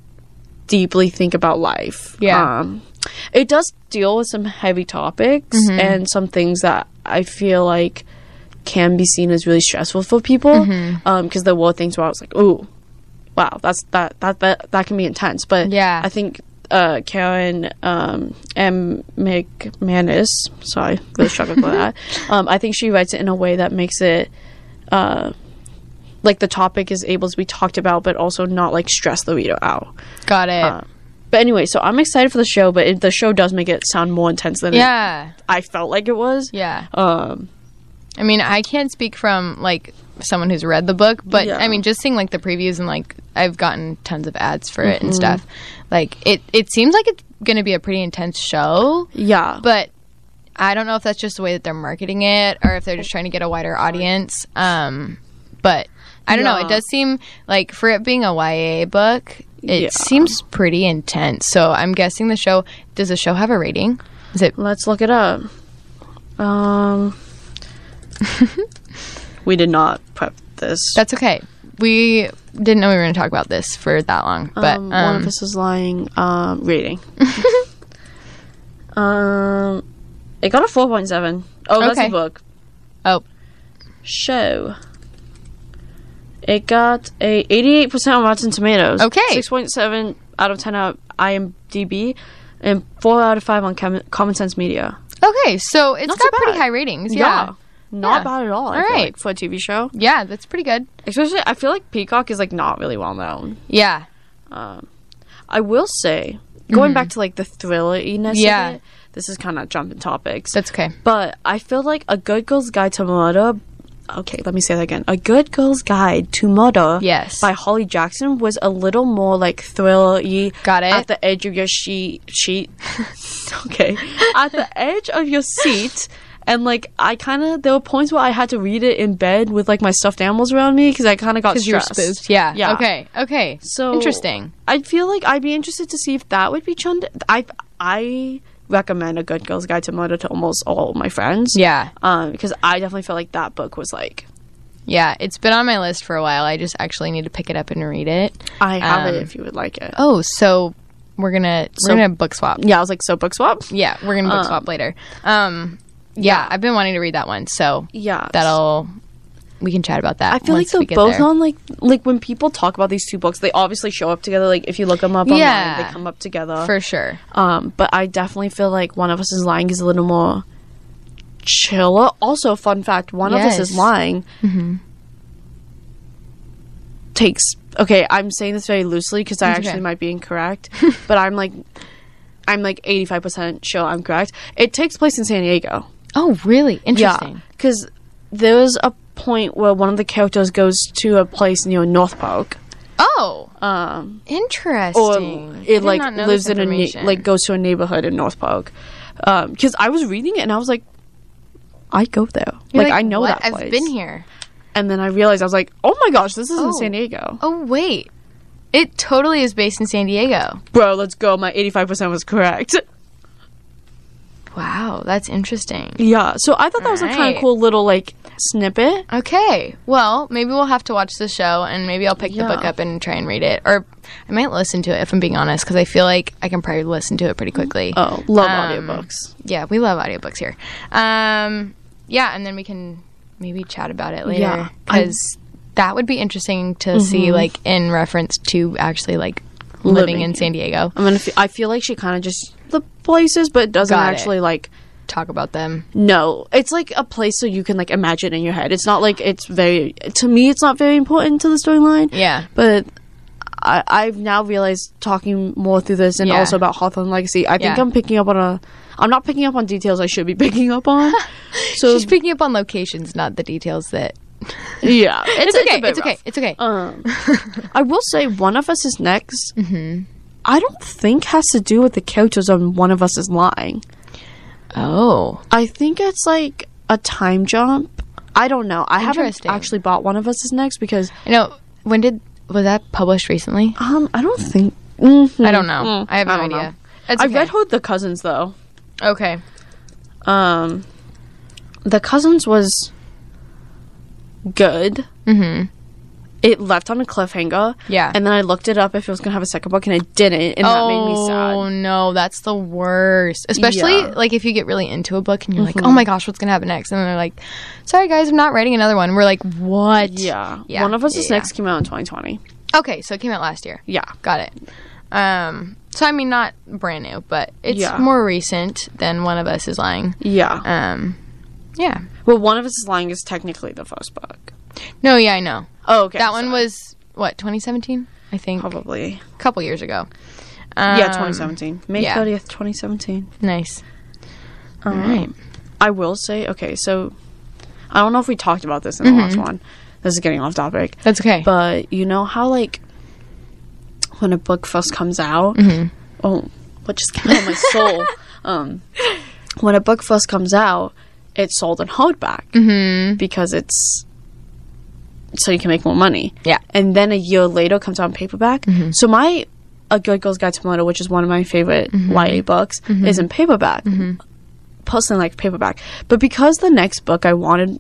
B: deeply think about life
A: Yeah.
B: um it does deal with some heavy topics
A: Mm-hmm.
B: and some things that I feel like can be seen as really stressful for people. um, Because
A: Mm-hmm.
B: there were things where I was like, "Ooh, wow, that's that that that, that can be intense." But
A: Yeah.
B: I think uh, Karen um, M. McManus, sorry, really struggled with that. Um, I think she writes it in a way that makes it. Uh, like the topic is able to be talked about, but also not like stress the reader out.
A: Got it.
B: Uh, But anyway, so I'm excited for the show, but it, the show does make it sound more intense than it,
A: yeah.
B: I felt like it was.
A: Yeah.
B: Um,
A: I mean, I can't speak from like someone who's read the book, but
B: Yeah.
A: I mean, just seeing like the previews and like I've gotten tons of ads for it and stuff. Like it, it seems like it's going to be a pretty intense show,
B: yeah.
A: but I don't know if that's just the way that they're marketing it or if they're just trying to get a wider audience. Um, but I don't know.
B: Yeah.
A: It does seem like for it being a YA book, it
B: Yeah.
A: seems pretty intense. So I'm guessing the show. Does the show have a rating? Is it?
B: Let's look it up. Um, we did not prep this.
A: That's okay. We didn't know we were going to talk about this for that long, but
B: um,
A: um,
B: one of us is lying. Um, reading. um, it got a four point seven. Oh, that's a
A: Okay.
B: book.
A: oh,
B: Show. It got a eighty-eight percent on Rotten Tomatoes.
A: Okay.
B: Six point seven out of ten out IMDb, and four out of five on Com- Common Sense Media.
A: okay. So it's
B: Not too
A: got pretty
B: bad.
A: high ratings. Yeah. yeah.
B: Not
A: Yeah.
B: bad at all. I
A: All
B: feel
A: right.
B: like, for a TV show,
A: that's pretty good.
B: especially I feel like Peacock is like not really well known.
A: Yeah.
B: I will say, going back to like the thrilleriness.
A: Yeah.
B: Of it, this is kind of jumping topics.
A: That's okay.
B: But I feel like a good girl's guide to murder. Okay, let me say that again. A good girl's guide to murder.
A: Yes.
B: By Holly Jackson was a little more like thriller-y.
A: Got it.
B: At the edge of your sheet. Sheet. okay. at the edge of your seat. And like I kind of there were points where I had to read it in bed with like my stuffed animals around me because I kind of got
A: Because you're
B: stressed.
A: spooked. Yeah.
B: Yeah.
A: Okay. Okay.
B: So-
A: interesting.
B: I feel like I'd be interested to see if that would be chund. I I recommend a good girl's guide to murder to almost all my friends.
A: Yeah.
B: Um, because I definitely felt like that book was like
A: Yeah. It's been on my list for a while. I just actually need to pick it up and read it.
B: I have it
A: Um,
B: if you would like it.
A: Oh, so we're gonna
B: So-
A: we're gonna book swap.
B: Yeah, I was like so book swap.
A: Yeah, we're gonna book
B: Um,
A: swap later. Um, yeah, I've been wanting to read that one, so
B: Yeah,
A: that'll we can chat about that.
B: I feel like
A: once we
B: they're
A: get
B: both
A: there.
B: on like like when people talk about these two books, they obviously show up together. Like if you look them up
A: Yeah.
B: online, they come up together.
A: for sure.
B: um, but I definitely feel like one of us is lying is a little more chiller. Also, fun fact: one of us is
A: Yes. Mm-hmm.
B: lying takes. Okay, I'm saying this very loosely because I
A: It's
B: actually
A: okay.
B: might be incorrect, but I'm like, I'm like 85 percent sure I'm correct. It takes place in San Diego.
A: Oh, really? Interesting.
B: because there was a point where one of the characters goes to a place near North Park.
A: Oh,
B: Um,
A: interesting.
B: or
A: I
B: it
A: did
B: like
A: not know
B: lives
A: this
B: in a ne-
A: information.
B: like goes to a neighborhood in North Park. Because I was reading it and I was like, I go there.
A: You're
B: Like, I know
A: "What?
B: that place.
A: I've been here.
B: And then I realized I was like, oh my gosh, this is in
A: Oh.
B: San Diego,
A: Oh wait, it totally is based in San Diego.
B: bro. Let's go. My eighty five percent was correct.
A: Wow, that's interesting.
B: Yeah. So I thought that was a kind
A: Alright.
B: of cool little like snippet.
A: Okay, well maybe we'll have to watch the show and maybe I'll pick
B: Yeah.
A: the book up and try and read it, or I might listen to it if I'm being honest because I feel like I can probably listen to it pretty quickly.
B: Oh, love
A: Um,
B: audiobooks.
A: Yeah, we love audiobooks here. Um, yeah, and then we can maybe chat about it
B: Yeah, Mm-hmm.
A: later because that would be interesting to see, like in reference to actually like living,
B: Living
A: in San Diego.
B: I mean, I feel like she kind of just the places, but doesn't
A: Got it.
B: actually like
A: talk about them.
B: No, it's like a place so you can like imagine in your head. It's not like it's very to me. It's not very important to the storyline.
A: Yeah.
B: but I, I've now realized talking more through this and
A: Yeah.
B: also about Hawthorne Legacy. I think
A: Yeah.
B: I'm picking up on a. I'm not picking up on details I should be picking up on. So
A: She's picking up on locations, not the details that.
B: yeah,
A: It's, okay.
B: bit
A: It's, okay.
B: rough.
A: It's okay.
B: Um, I will say one of us is next.
A: Mm-hmm.
B: I don't think has to do with the characters on one of us is lying.
A: oh.
B: I think it's like a time jump. I don't know. I haven't
A: Interesting.
B: actually bought one of us is next because
A: I know. When did was that published recently?
B: um I don't think
A: I don't know. I have no
B: don't
A: idea.
B: know.
A: That's
B: Mm. I
A: okay.
B: read Hold the Cousins though.
A: Okay.
B: Um The Cousins was good.
A: Mm-hmm.
B: It left on a cliffhanger.
A: Yeah.
B: And then I looked it up if it was gonna have a second book and it didn't and that made me
A: Oh
B: sad.
A: no, that's the worst. Especially
B: Yeah. Mm-hmm.
A: like if you get really into a book and you're like, oh my gosh, what's gonna happen next? And they're like, sorry guys, I'm not writing another one. We're like, what?
B: Yeah.
A: Yeah.
B: One of us is
A: Yeah.
B: next came out in twenty twenty.
A: Okay, so it came out last year.
B: Yeah.
A: Got it. Um, so I mean, not brand new, but it's
B: Yeah.
A: more recent than one of us is lying.
B: Yeah.
A: Um, yeah.
B: Well one of us is lying is technically the first book.
A: No, yeah, I know.
B: Oh okay.
A: That one
B: so
A: was what 2017, I think,
B: probably
A: a couple years ago. Um,
B: yeah, 2017. May
A: yeah.
B: 30th, 2017.
A: Um, Nice. Mm. All right.
B: I will say, okay, so I don't know if we talked about this in
A: Mm-hmm.
B: the last one. This is getting off topic.
A: That's okay.
B: But you know how, like, when a book first comes out, oh, what just came out of my soul? Um, when a book first comes out, it's sold in hardback because it's so you can make more money.
A: Yeah.
B: And then a year later comes out in paperback.
A: Mm-hmm.
B: So my A Good Girl's Guide to Murder, which is one of my favorite
A: Mm-hmm.
B: YA books, is in paperback. Personally, I like paperback, but because the next book I wanted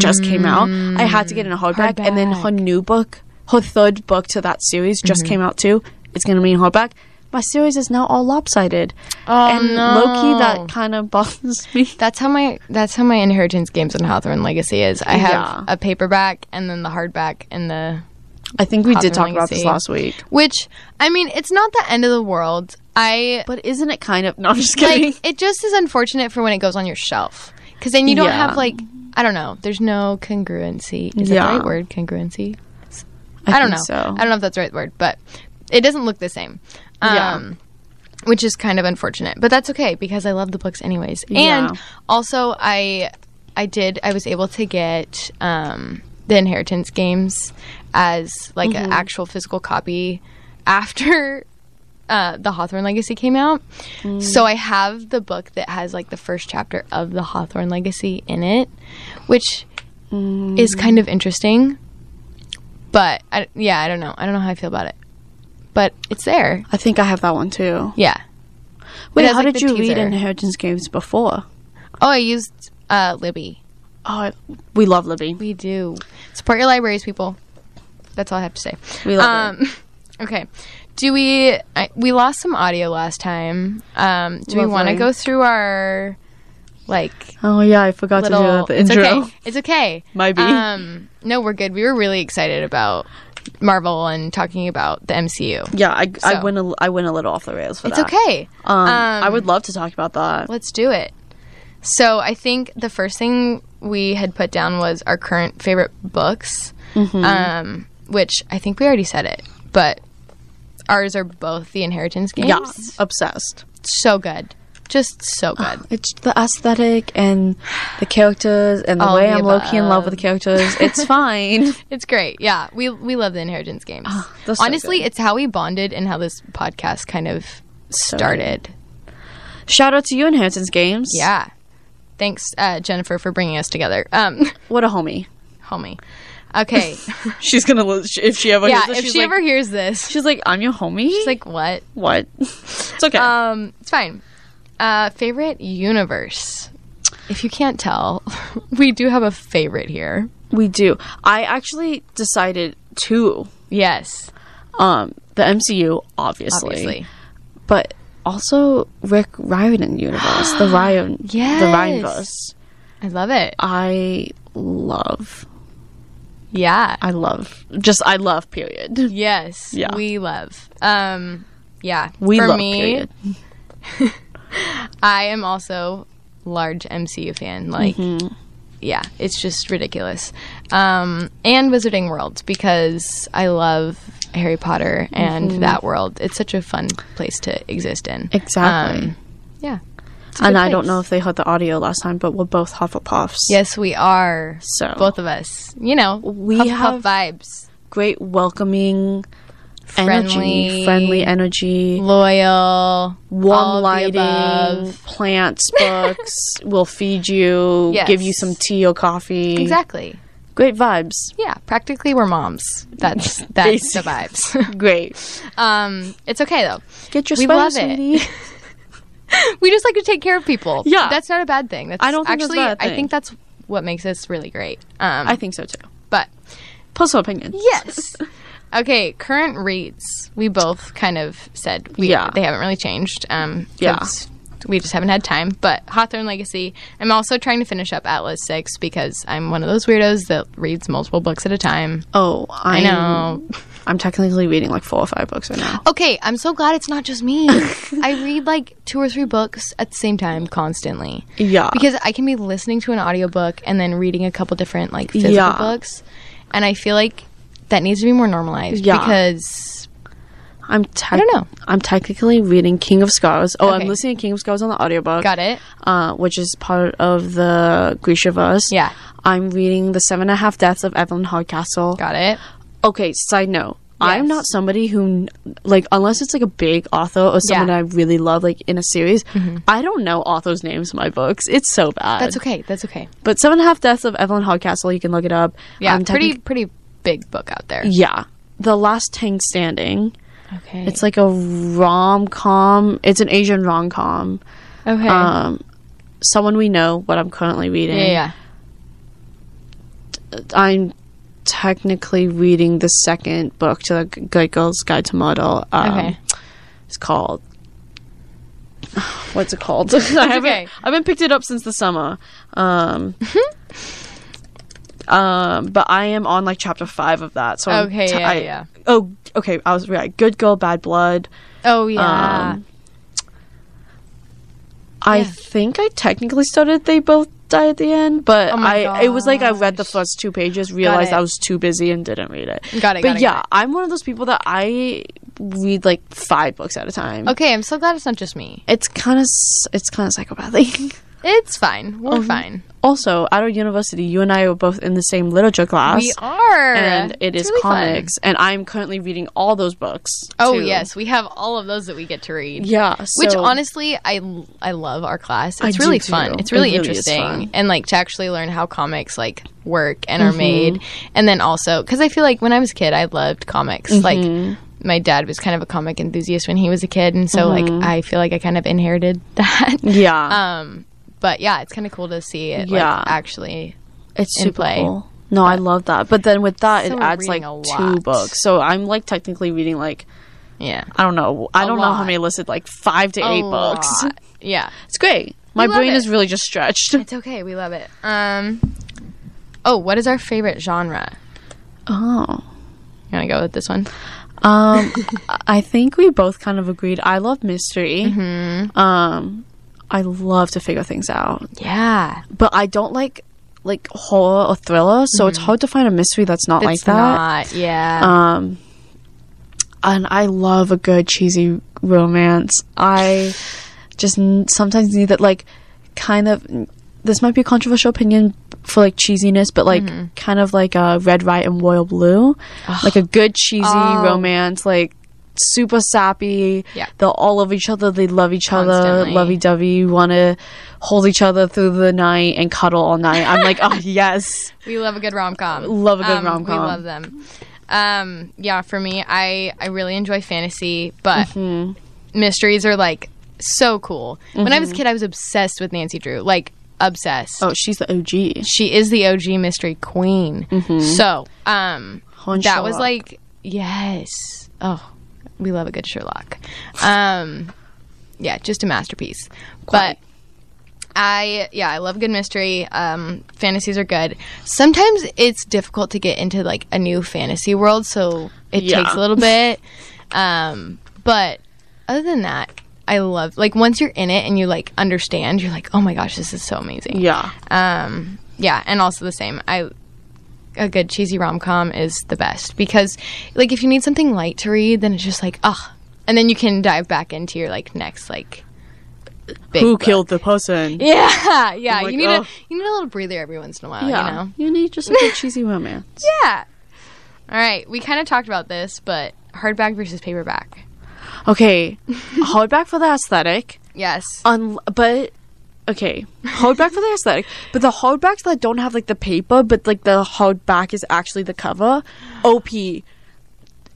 B: just came out,
A: Mm.
B: I had to get in a hardback, and then her new book, her third book to that series,
A: Mm-hmm.
B: just came out too. It's gonna be in hardback. My series is now all lopsided,
A: Oh,
B: and Loki that kind of bothers me.
A: That's how my that's how my inheritance games and Hawthorne Legacy is. I have
B: Yeah.
A: a paperback and then the hardback and the
B: I think we did
A: Hawthorne
B: talk about this
A: Legacy.
B: last week,
A: which I mean it's not the end of the world. I
B: but isn't it kind of? No, I'm just kidding.
A: like it just is unfortunate for when it goes on your shelf because then you don't
B: Yeah.
A: have like I don't know. There's no congruency. Is that
B: Yeah.
A: the right word? Congruency. I, don't know.
B: think So
A: I don't know if that's the right word, but it doesn't look the same. Um,
B: Yeah.
A: Which is kind of unfortunate, but that's okay because I love the books anyways.
B: Yeah.
A: And also, I I did I was able to get um, the Inheritance Games as like an actual physical copy after uh, the Hawthorne Legacy came out. So I have the book that has like the first chapter of the Hawthorne Legacy in it, which is kind of interesting. But I, yeah, I don't know. I don't know how I feel about it. But it's there.
B: I think I have that one too.
A: Yeah.
B: Wait,
A: has,
B: how
A: like,
B: did
A: the
B: you read
A: teaser.
B: Inheritance Games before?
A: Oh, I used uh, Libby.
B: Oh, I, we love Libby.
A: We do support your libraries, people. That's all I have to say.
B: We love
A: um, Okay. Do we? I, we lost some audio last time. Um, do we want to
B: Lovely.
A: go through our like
B: Oh yeah, I forgot to do
A: little?
B: that at the intro.
A: It's okay. It's okay.
B: Might be.
A: Um, no, we're good. We were really excited about Marvel and talking about the MCU.
B: Yeah, I, I
A: So-
B: went a, I went a little off the rails for
A: It's
B: that.
A: okay.
B: Um, I
A: Um,
B: would love to talk about that.
A: Let's do it. So I think the first thing we had put down was our current favorite books,
B: Mm-hmm.
A: um, which I think we already said it, but ours are both the Inheritance games.
B: Yeah, obsessed.
A: So good. Just so good.
B: It's the aesthetic and the characters and the
A: All
B: way
A: the
B: I'm low key in love with the characters. It's fine.
A: It's great. Yeah, we we love the Inheritance games.
B: they're so
A: Honestly,
B: good.
A: it's how we bonded and how this podcast kind of started.
B: Shout out to you, Inheritance Games.
A: Yeah. Thanks, uh, Jennifer, for bringing us together. Um,
B: what a homie.
A: homie. Okay.
B: She's gonna lo- sh- if she ever.
A: yeah,
B: hears this,
A: if
B: she's
A: she
B: like,
A: ever hears this,
B: she's like, I'm your homie.
A: she's like, what?
B: what? it's okay.
A: Um, it's fine. Uh, favorite universe. If you can't tell, we do have a favorite here.
B: we do. I actually decided to
A: Yes,
B: um the MCU obviously,
A: obviously.
B: but also Rick Riordan universe, the Ryan, the
A: Yes.
B: Ryanverse.
A: I love it.
B: I love.
A: Yeah.
B: I love. Just I love. Period.
A: Yes.
B: Yeah.
A: We love. Um, yeah.
B: We
A: For
B: love.
A: me,
B: Period.
A: I am also large MCU fan. Like,
B: Mm-hmm.
A: yeah, it's just ridiculous. Um, and Wizarding World because I love Harry Potter and
B: Mm-hmm.
A: that world. It's such a fun place to exist in.
B: Exactly.
A: Um, yeah. It's a
B: and
A: good
B: I don't
A: place.
B: know if they heard the audio last time, but we're both Hufflepuffs.
A: Yes, we are.
B: So-
A: both of us, you know,
B: We
A: we have
B: have-
A: vibes,
B: Great, welcoming,
A: friendly,
B: energy, friendly energy,
A: loyal, all
B: warm
A: of the
B: lighting,
A: above.
B: plants, books. we'll feed you,
A: Yes.
B: give you some tea or coffee.
A: Exactly.
B: Great vibes.
A: Yeah, practically we're moms. That's that's the vibes.
B: Great.
A: um, it's okay though.
B: Get your
A: We
B: sweater,
A: love it.
B: sweetie.
A: We just like to take care of people.
B: Yeah.
A: that's not a bad thing. That's
B: I don't think that's a
A: actually.
B: bad
A: I
B: thing.
A: think that's what makes us really great. Um,
B: I think so too.
A: but
B: Personal opinion.
A: yes. Okay, current rates. We both kind of said we,
B: Yeah.
A: they haven't really changed. Um,
B: Yeah.
A: 'cause we just haven't had time. But Hawthorne Legacy. I'm also trying to finish up Atlas Six because I'm one of those weirdos that reads multiple books at a time.
B: Oh, i
A: I know.
B: I'm technically reading like four or five books right now.
A: Okay, I'm so glad it's not just me. I read like two or three books at the same time constantly.
B: Yeah.
A: Because I can be listening to an audiobook and then reading a couple different like physical
B: Yeah.
A: books. And I feel like that needs to be more normalized
B: Yeah.
A: because
B: I'm te- I
A: don't know.
B: I'm technically reading King of Scars. Oh, I'm
A: Okay.
B: listening to King of Scars on the audiobook.
A: got it.
B: Uh, which is part of the Grishaverse.
A: Yeah.
B: I'm reading The Seven and a Half Deaths of Evelyn Hardcastle.
A: Got it.
B: okay, side note. I'm
A: Yes.
B: not somebody who, like, unless it's like a big author or someone
A: Yeah. Mm-hmm.
B: I really love, like in a series, I don't know authors' names in my books. It's so bad.
A: That's okay. That's okay.
B: But Seven and a Half Deaths of Evelyn Hardcastle, you can look it up.
A: Yeah.
B: I'm
A: pretty
B: Um, technic-
A: pretty big book out there.
B: yeah. The Last Tank Standing.
A: Okay.
B: It's like a rom com. It's an Asian rom com.
A: okay.
B: Um, someone we know. What I'm currently reading.
A: yeah, yeah.
B: I'm technically reading the second book to the G- Good Girls Guide to Model. Um,
A: Okay.
B: It's called. What's it called? I haven't.
A: okay.
B: I haven't picked it up since the summer. Um. Um, but I am on like chapter five of that, so I'm
A: Mm-hmm. Okay, yeah,
B: I-
A: yeah.
B: Oh, okay. I was right. Good girl, bad blood.
A: Oh yeah.
B: um, I
A: Yeah.
B: think I technically started They Both Die at the end, but
A: Oh my
B: I it was like I read the
A: gosh.
B: first two pages, realized
A: it.
B: I was too busy and didn't read it.
A: Got it,
B: But
A: got it,
B: yeah,
A: got it.
B: I'm one of those people that I read like five books at a time.
A: okay, I'm so glad it's not just me.
B: It's kind of it's kind of psychopathic.
A: It's fine.
B: Oh,
A: We're fine.
B: also, at our university, you and I were both in the same literature class.
A: We are.
B: And it
A: It's
B: is
A: really fun.
B: comics, and I'm currently reading all those books.
A: Oh
B: too.
A: yes, we have all of those that we get to read.
B: yeah.
A: Which
B: so-
A: honestly, I I love our class. It's
B: do
A: really
B: too.
A: fun. It's
B: It
A: really,
B: really is fun. Mm-hmm.
A: interesting, and like to actually learn how comics like work and are made, and then also because I feel like when I was a kid, I loved comics.
B: Mm-hmm.
A: Like my dad was kind of a comic enthusiast when he was a kid, and so like I feel like I kind of inherited that.
B: Mm-hmm. yeah,
A: Um, but yeah, it's kind of cool to see it.
B: Yeah.
A: like, actually.
B: It's
A: in
B: super
A: play.
B: cool. No, I love that. But then with that,
A: So
B: it
A: we're
B: adds like
A: reading a
B: two
A: lot.
B: books. So I'm like technically reading like
A: Yeah,
B: I don't know. I don't know how
A: lot.
B: many listed like five to eight
A: A
B: books.
A: lot. uh, Yeah,
B: It's great. My
A: love
B: brain
A: it.
B: is really just stretched.
A: it's okay. We love it. Um, oh, what is our favorite genre?
B: Oh,
A: You want to go with this one?
B: um, I think we both kind of agreed. I love mystery.
A: Mm-hmm.
B: Um, I love to figure things out,
A: Yeah,
B: but I don't like like horror or thriller. So it's hard to find a mystery that's not like
A: it's
B: that.
A: not. Yeah.
B: Um, and I love a good cheesy romance. I just n- sometimes need that, like, kind of. This might be a controversial opinion for like cheesiness, but like
A: Mm-hmm.
B: kind of like a red, right, and royal blue, like a good cheesy
A: Oh.
B: romance, like super sappy.
A: Yeah.
B: they're all over each other. They love each other,
A: Constantly.
B: lovey dovey. Want to hold each other through the night and cuddle all night. I'm like, oh yes,
A: We love a good rom com.
B: Love a good rom-com.
A: We love them. Um, yeah, for me, I I really enjoy fantasy, but
B: Mm-hmm.
A: mysteries are like so cool. When I was a kid, I was obsessed with Nancy Drew, like obsessed.
B: Mm-hmm. oh she's the OG.
A: She is the OG mystery queen.
B: Mm-hmm.
A: So, um,
B: Her and
A: that was
B: Sherlock.
A: like yes. Oh, we love a good Sherlock. Um, yeah, just a masterpiece. But I yeah, I love good mystery. Um, fantasies are good. Sometimes it's difficult to get into like a new fantasy world, so it
B: Yeah.
A: takes a little bit. Um, but other than that, I love like once you're in it and you like understand, you're like, oh my gosh, this is so amazing.
B: Yeah.
A: Um, yeah, and also the same. I a good cheesy rom com is the best because like if you need something light to read, then it's just like ah, and then you can dive back into your like next like. Big
B: Who
A: book.
B: killed the person?
A: Yeah, yeah.
B: like,
A: you need
B: "Ugh."
A: a you need a little breather every once in a while. You know.
B: You need just a good cheesy romance.
A: Yeah. All right, we kind of talked about this, but hardback versus paperback.
B: Okay. Hardback for the aesthetic.
A: Yes.
B: Un- but okay, hardback for the aesthetic. But the hardbacks that don't have like the paper, but like the hardback is actually the cover. Op.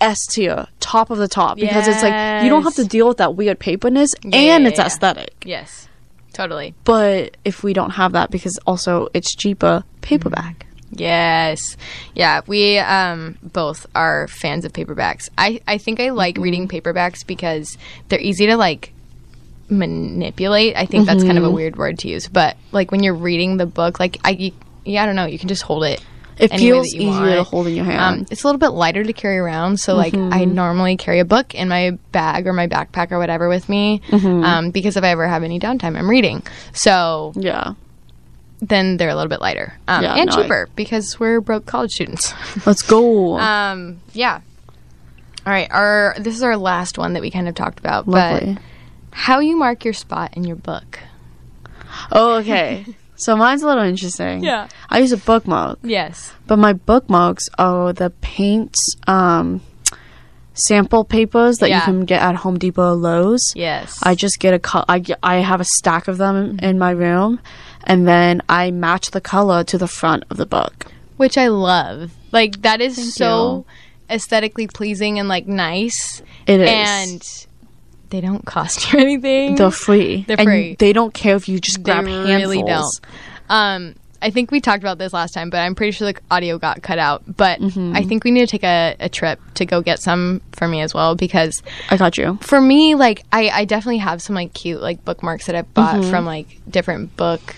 B: S tier, top of the top, because it's like you don't have
A: Yes.
B: to deal with that weird paperness,
A: yeah,
B: and it's
A: yeah.
B: aesthetic.
A: Yes. Totally.
B: But if we don't have that, because also it's cheaper paperback.
A: Mm. Yes. Yeah, we um, both are fans of paperbacks. I, I think I
B: Mm-hmm.
A: like reading paperbacks because they're easy to like manipulate. I think that's kind
B: Mm-hmm.
A: of a weird word to use, but like when you're reading the book, like I you- yeah, I don't know, you can just hold it.
B: It
A: any way
B: feels
A: that you
B: easier to
A: want.
B: hold in your hand. Mm-hmm.
A: Um, it's a little bit lighter to carry around. So, like, I normally carry a book in my bag or my backpack or whatever with me
B: Mm-hmm.
A: um, because if I ever have any downtime, I'm reading. So
B: yeah,
A: then they're a little bit lighter um,
B: Yeah,
A: and
B: no, I-
A: cheaper because we're broke college students.
B: let's go.
A: um, yeah. All right. Our this is our last one that we kind of talked about,
B: Lovely.
A: but how you mark your spot in your book.
B: Oh, okay. so mine's a little interesting.
A: Yeah.
B: I use a bookmark.
A: Yes.
B: But my bookmarks are the paint um, sample papers that you
A: Yeah.
B: can get at Home Depot or Lowe's.
A: Yes.
B: I just get a co- I, ge- I have a stack of them
A: Mm-hmm.
B: in my room, and then I match the color to the front of the book.
A: which I love. Like that is so
B: you.
A: aesthetically pleasing and like nice.
B: It is.
A: and they don't cost you anything.
B: They're free.
A: They're
B: And
A: free.
B: they don't care if you just
A: they
B: grab handfuls.
A: really don't. Um, I think we talked about this last time, but I'm pretty sure the audio got cut out. But
B: Mm-hmm.
A: I think we need to take a, a trip to go get some for me as well because
B: I got you.
A: for me, like I, I definitely have some like cute like bookmarks that I've bought from like different book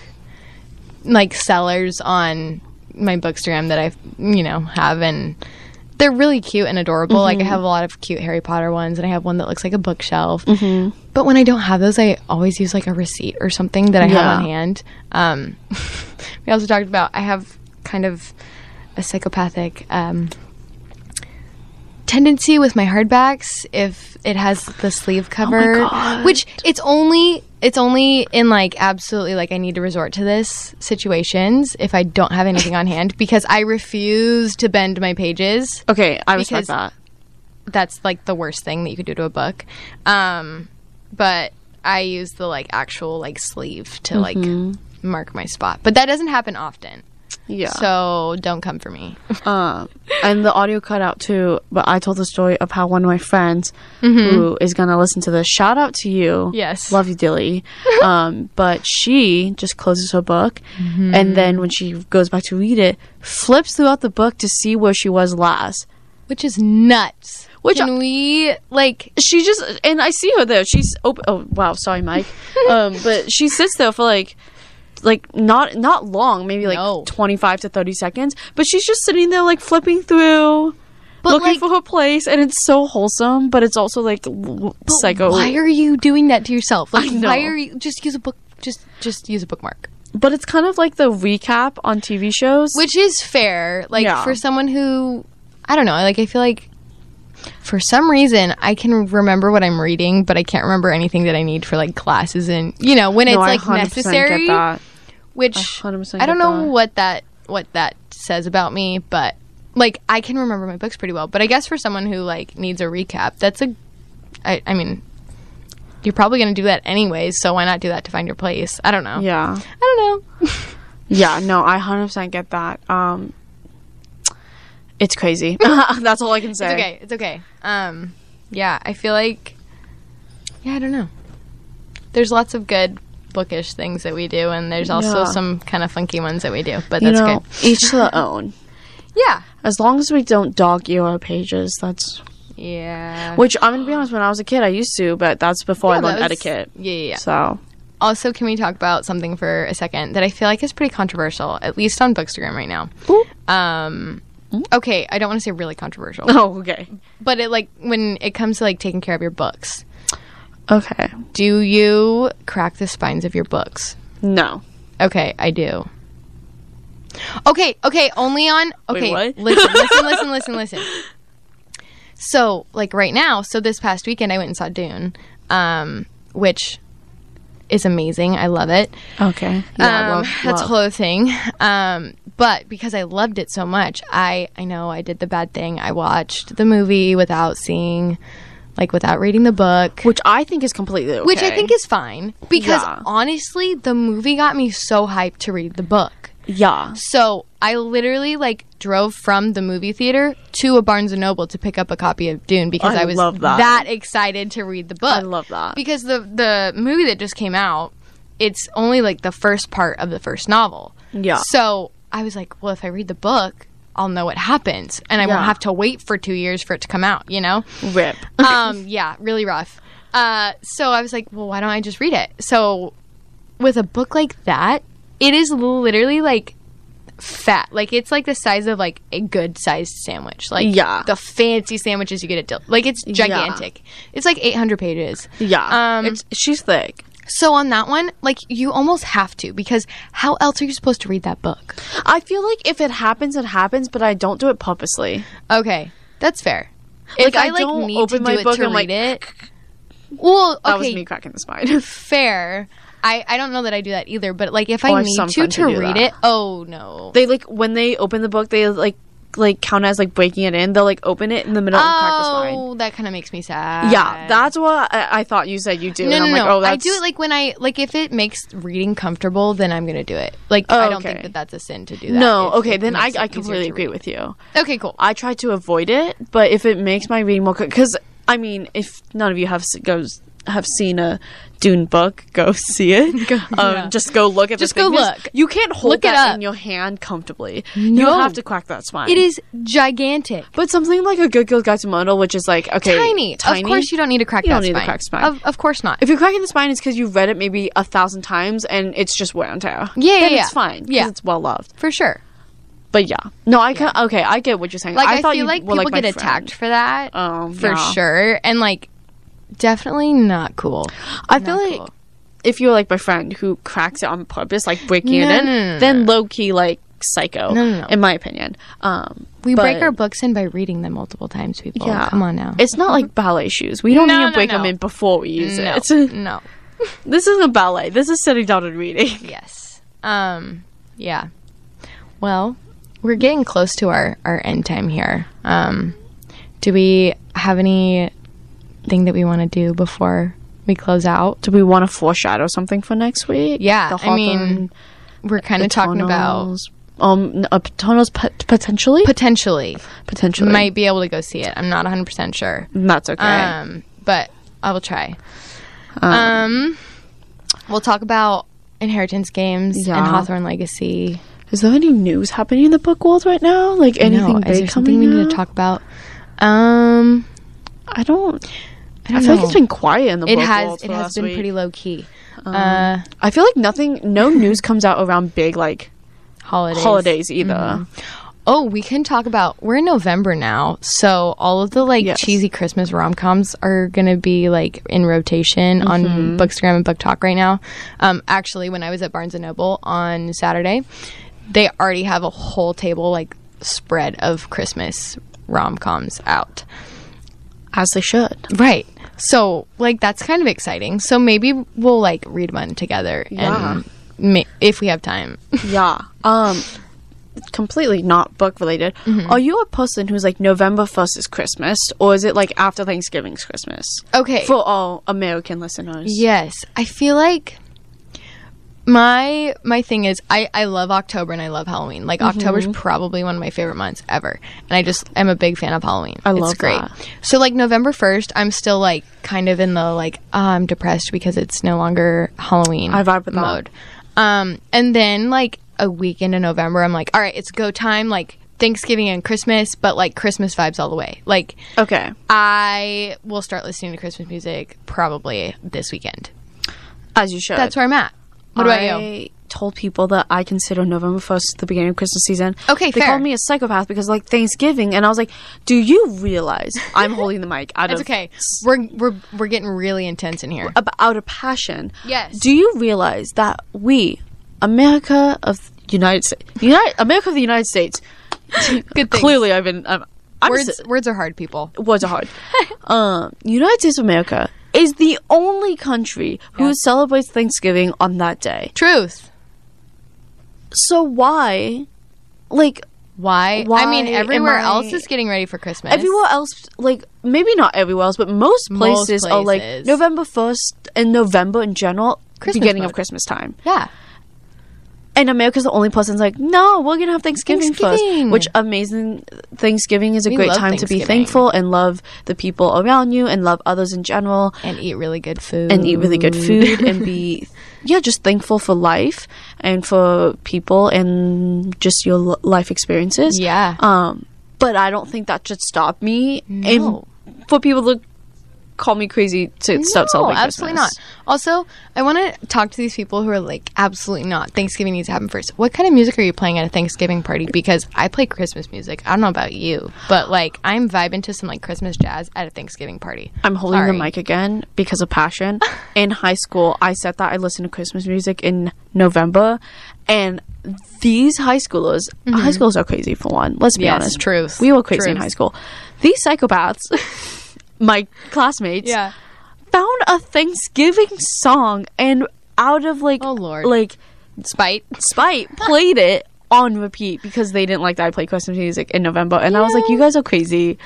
A: like sellers on my bookstagram that I you know have and they're really cute and adorable. Like I have a lot of cute Harry Potter ones and I have one that looks like a bookshelf. But when I don't have those, I always use like a receipt or something that I have on
B: Yeah.
A: hand. Um, we also talked about I have kind of a psychopathic um, tendency with my hardbacks if it has the sleeve cover,
B: Oh God.
A: which it's only it's only in like absolutely like I need to resort to this situations if I don't have anything on hand because I refuse to bend my pages.
B: Okay, I
A: Because-
B: respect that.
A: That's like the worst thing that you could do to a book. Um, but I use the like actual like sleeve to like mark my spot, but that doesn't happen often.
B: Mm-hmm. Yeah.
A: So don't come for me.
B: Um, and the audio cut out too, but I told the story of how one of my friends who is going to listen to this, shout out to you.
A: Mm-hmm. Yes.
B: Love you, Dilly. um, but she just closes her book.
A: Mm-hmm.
B: And then when she goes back to read it, flips throughout the book to see where she was last.
A: which is nuts.
B: Which
A: Can we like?
B: She just, and I see her there. She's open. Oh, wow. Sorry, Mike. um, but she sits there for like, like not not long, maybe like
A: No.
B: 25 to 30 seconds, but she's just sitting there like flipping through.
A: But
B: looking
A: like,
B: for her place, and it's so wholesome, but it's also like l- psycho.
A: why are you doing that to yourself? Like,
B: I know.
A: why are you just use a book? Just just use a bookmark,
B: but it's kind of like the recap on TV shows.
A: which is fair. Like
B: Yeah.
A: for someone who, I don't know. Like I feel like for some reason I can remember what I'm reading, but I can't remember anything that I need for like classes and you know when
B: No,
A: it's
B: I
A: like
B: 100%
A: necessary.
B: Get that.
A: Which
B: I 100%
A: I don't
B: get
A: know
B: that.
A: what that what that says about me, but like I can remember my books pretty well. But I guess for someone who like needs a recap, that's a I, I mean, you're probably going to do that anyways, so why not do that to find your place? I don't know.
B: Yeah,
A: I don't know.
B: yeah. No, I hundred percent get that. Um, it's crazy. That's all I can say.
A: It's okay. It's okay. Um, yeah, I feel like yeah, I don't know. There's lots of good bookish things that we do, and there's also
B: Yeah.
A: some kind of funky ones that we do, but
B: You
A: that's
B: know,
A: good.
B: each their own.
A: Yeah.
B: As long as we don't dog ear our pages, that's
A: Yeah.
B: which I'm gonna be honest. When I was a kid, I used to, but that's before I
A: Yeah, that
B: learned
A: was-
B: etiquette.
A: Yeah, yeah, yeah.
B: So
A: Also, can we talk about something for a second that I feel like is pretty controversial, at least on Bookstagram right now? Um, okay, I don't want to say really controversial,
B: oh, okay.
A: but it like when it comes to like taking care of your books.
B: Okay.
A: Do you crack the spines of your books?
B: No.
A: Okay, I do. Okay, okay, only on okay.
B: what?
A: Listen, listen, listen, listen, listen. So, like right now, so this past weekend I went and saw Dune, um, which is amazing. I love it.
B: Okay.
A: Um, that's a whole other thing. Um, but because I loved it so much, I I know I did the bad thing. I watched the movie without seeing, like without reading the book
B: which I think is completely okay.
A: which I think is fine because
B: Yeah.
A: honestly, the movie got me so hyped to read the book.
B: yeah.
A: So I literally like drove from the movie theater to a Barnes and Noble to pick up a copy of Dune because
B: I
A: I, was
B: love that.
A: excited to read the book.
B: I love that.
A: because the the movie that just came out, it's only like the first part of the first novel.
B: Yeah.
A: So I was like, well, if I read the book, I'll know what happens, and I
B: Yeah.
A: won't have to wait for two years for it to come out. You know
B: Rip.
A: um, yeah, really rough. Uh, so I was like, well, why don't I just read it? So with a book like that, it is literally like fat. Like it's like the size of like a good sized sandwich. Like
B: Yeah.
A: the fancy sandwiches you get at Dil- like it's gigantic. It's like 800 pages.
B: yeah.
A: Um,
B: it's, she's thick.
A: So on that one, like you almost have to because how else are you supposed to read that book?
B: I feel like if it happens, it happens, but I don't do it purposely.
A: Okay, that's fair.
B: Like,
A: if I,
B: I
A: like
B: don't
A: need to
B: open
A: do
B: my
A: it
B: book
A: to
B: and I'm like,
A: read it, well, okay,
B: That was me cracking the spine.
A: fair. I, I don't know that I do that either, but like if I
B: Oh, I have
A: need
B: some
A: to
B: friends
A: to
B: who do
A: read
B: that.
A: it, oh no.
B: they like when they open the book, they like like count as like breaking it in. They'll like open it in the middle and crack the spine.
A: oh, that kind of makes me sad.
B: Yeah, that's what I, I thought you said you do.
A: no,
B: and
A: no,
B: I'm
A: no.
B: like, oh, that's
A: I do it like when I like if it makes reading comfortable, then I'm gonna do it. Like I don't think
B: okay.
A: that that's a sin to do that.
B: no.
A: if
B: Okay,
A: it
B: then I,
A: makes it
B: I
A: easier
B: completely
A: to
B: agree
A: read.
B: with you.
A: Okay, cool.
B: I try to avoid it, but if it makes my reading more because I mean, if none of you have s- goes have seen a Dune book, go see it. um,
A: yeah.
B: Just go look at.
A: Just
B: the
A: go
B: thing, because
A: look.
B: You can't hold
A: Look it
B: that
A: up.
B: in your hand comfortably. You
A: No.
B: have to crack that spine.
A: It is gigantic.
B: But something like a Good Girl Guide to Model, which is like okay,
A: Tiny. Of course you don't need to crack
B: You
A: that
B: don't need to
A: spine.
B: crack spine.
A: Of, of course not.
B: If you're cracking the spine, it's because you've read it maybe a thousand times and it's just wear and tear.
A: Yeah,
B: then
A: yeah,
B: it's
A: yeah.
B: fine. 'cause
A: Yeah.
B: it's well loved.
A: For sure.
B: But yeah, no, I can. Okay, I get what you're saying.
A: Like
B: I,
A: I,
B: thought
A: feel
B: you
A: like
B: were
A: people
B: like my
A: get attacked
B: friend.
A: for that.
B: Um,
A: for
B: yeah.
A: sure, and like definitely not cool.
B: I feel
A: Not
B: like
A: cool.
B: if you're like my friend who cracks it on purpose, like breaking
A: No,
B: it in,
A: no, no, no,
B: then low key like psycho.
A: No, no, no.
B: In my opinion, um,
A: We
B: but-
A: break our books in by reading them multiple times, people.
B: Yeah.
A: Oh, Come on now.
B: It's not like ballet shoes. We don't
A: No,
B: need to
A: no,
B: break
A: no.
B: them in before we use
A: no,
B: it.
A: no.
B: this isn't ballet. This is sitting down and reading.
A: Yes. Um. Yeah. Well, we're getting close to our our end time here. Um. Do we have any thing that we want to do before we close out?
B: Do we want to foreshadow something for next week?
A: Yeah,
B: The
A: I mean,
B: Hawthorne,
A: We're kind of talking about
B: tunnels, um n- uh, p- tunnels pot- potentially
A: potentially
B: potentially.
A: might be able to go see it. I'm not 100 percent sure.
B: That's okay.
A: Um, but I will try. Um, we'll talk about inheritance games
B: Yeah.
A: and Hawthorne Legacy.
B: is there any news happening in the book world right now? Like anything
A: no,
B: big
A: is there something
B: coming
A: we need
B: out?
A: to talk about? Um,
B: I don't.
A: I don't
B: I
A: know.
B: feel like it's been Um, quiet in the
A: it
B: book
A: has
B: world
A: it
B: for
A: has
B: last
A: been
B: week.
A: pretty low key. uh,
B: I feel like nothing, no news comes out around big like
A: holidays.
B: holidays either.
A: Oh, we can talk about. We're in November now, so all of the like
B: Yes.
A: cheesy Christmas rom coms are gonna be like in rotation on
B: Mm-hmm.
A: Bookstagram and Book Talk right now. Um, actually, when I was at Barnes and Noble on Saturday, they already have a whole table like spread of Christmas rom coms out.
B: As they should.
A: Right. So, like, that's kind of exciting. So maybe we'll like read one together,
B: Yeah.
A: and ma- if we have time.
B: Yeah. Um. Completely not book related.
A: Mm-hmm.
B: Are you a person who's like November first is Christmas, or is it like after Thanksgiving's Christmas?
A: okay.
B: For all American listeners.
A: Yes, I feel like my my thing is I I love October and I love Halloween. Like
B: Mm-hmm.
A: October's probably one of my favorite months ever, and I just am a big fan of Halloween. I
B: love
A: it's great.
B: that.
A: So like November first, I'm still like kind of in the like "Ah, I'm depressed because it's no longer Halloween.
B: I vibe with that.
A: mode. Um, and then like a week into November, I'm like, all right, it's go time. Like Thanksgiving and Christmas, but like Christmas vibes all the way. Like
B: Okay.
A: I will start listening to Christmas music probably this weekend.
B: As you should.
A: That's where I'm at. What about you?
B: I told people that I consider November 1st the beginning of Christmas season.
A: Okay,
B: They
A: fair.
B: called me a psychopath because, like, Thanksgiving. And I was like, do you realize I'm holding the mic out
A: It's
B: of...
A: okay. We're we're we're getting really intense in here.
B: ab- out of passion.
A: Yes.
B: Do you realize that we, America of the United States... United, America of the United States...
A: Good things.
B: Clearly, I've been... I'm, I'm
A: Words words are hard, people.
B: was hard. um, United States of America is the only country who celebrates Thanksgiving on that day.
A: Truth.
B: So why, like
A: Why?
B: Why
A: I mean,
B: am
A: everywhere
B: I-
A: else is getting ready for Christmas.
B: everywhere else, like maybe not everywhere else, but most
A: Most
B: places, are like
A: places.
B: November first and November in general,
A: Christmas
B: beginning of
A: mode.
B: Christmas time.
A: Yeah.
B: And America's the only place that's like, no, we're gonna have Thanksgiving,
A: Thanksgiving.
B: first. Which amazing Thanksgiving is a
A: We
B: great
A: love
B: time to be
A: Thanksgiving.
B: thankful and love the people around you and love others in general.
A: And eat really good food.
B: and eat really good
A: Mm.
B: food and be yeah just thankful for life and for people and just your l- life experiences
A: Yeah.
B: um but i don't think that should stop me
A: No.
B: and for people to call me crazy to stop
A: No,
B: celebrating
A: absolutely
B: Christmas.
A: not. Also, I want to talk to these people who are like, absolutely not. Thanksgiving needs to happen first. What kind of music are you playing at a Thanksgiving party? Because I play Christmas music. I don't know about you, but like, I'm vibing to some like Christmas jazz at a Thanksgiving party.
B: i'm holding
A: Sorry.
B: the mic again because of passion in high school i said that i listened to christmas music in november and these high schoolers high schools are crazy for one let's be
A: Mm-hmm. Yes,
B: honest
A: truth,
B: we were crazy in
A: truth.
B: high school these psychopaths my classmates
A: Yeah.
B: found a Thanksgiving song and out of like
A: Oh, Lord.
B: like
A: Spite.
B: spite played it on repeat because they didn't like that I played Christmas music in November and I was like you guys are crazy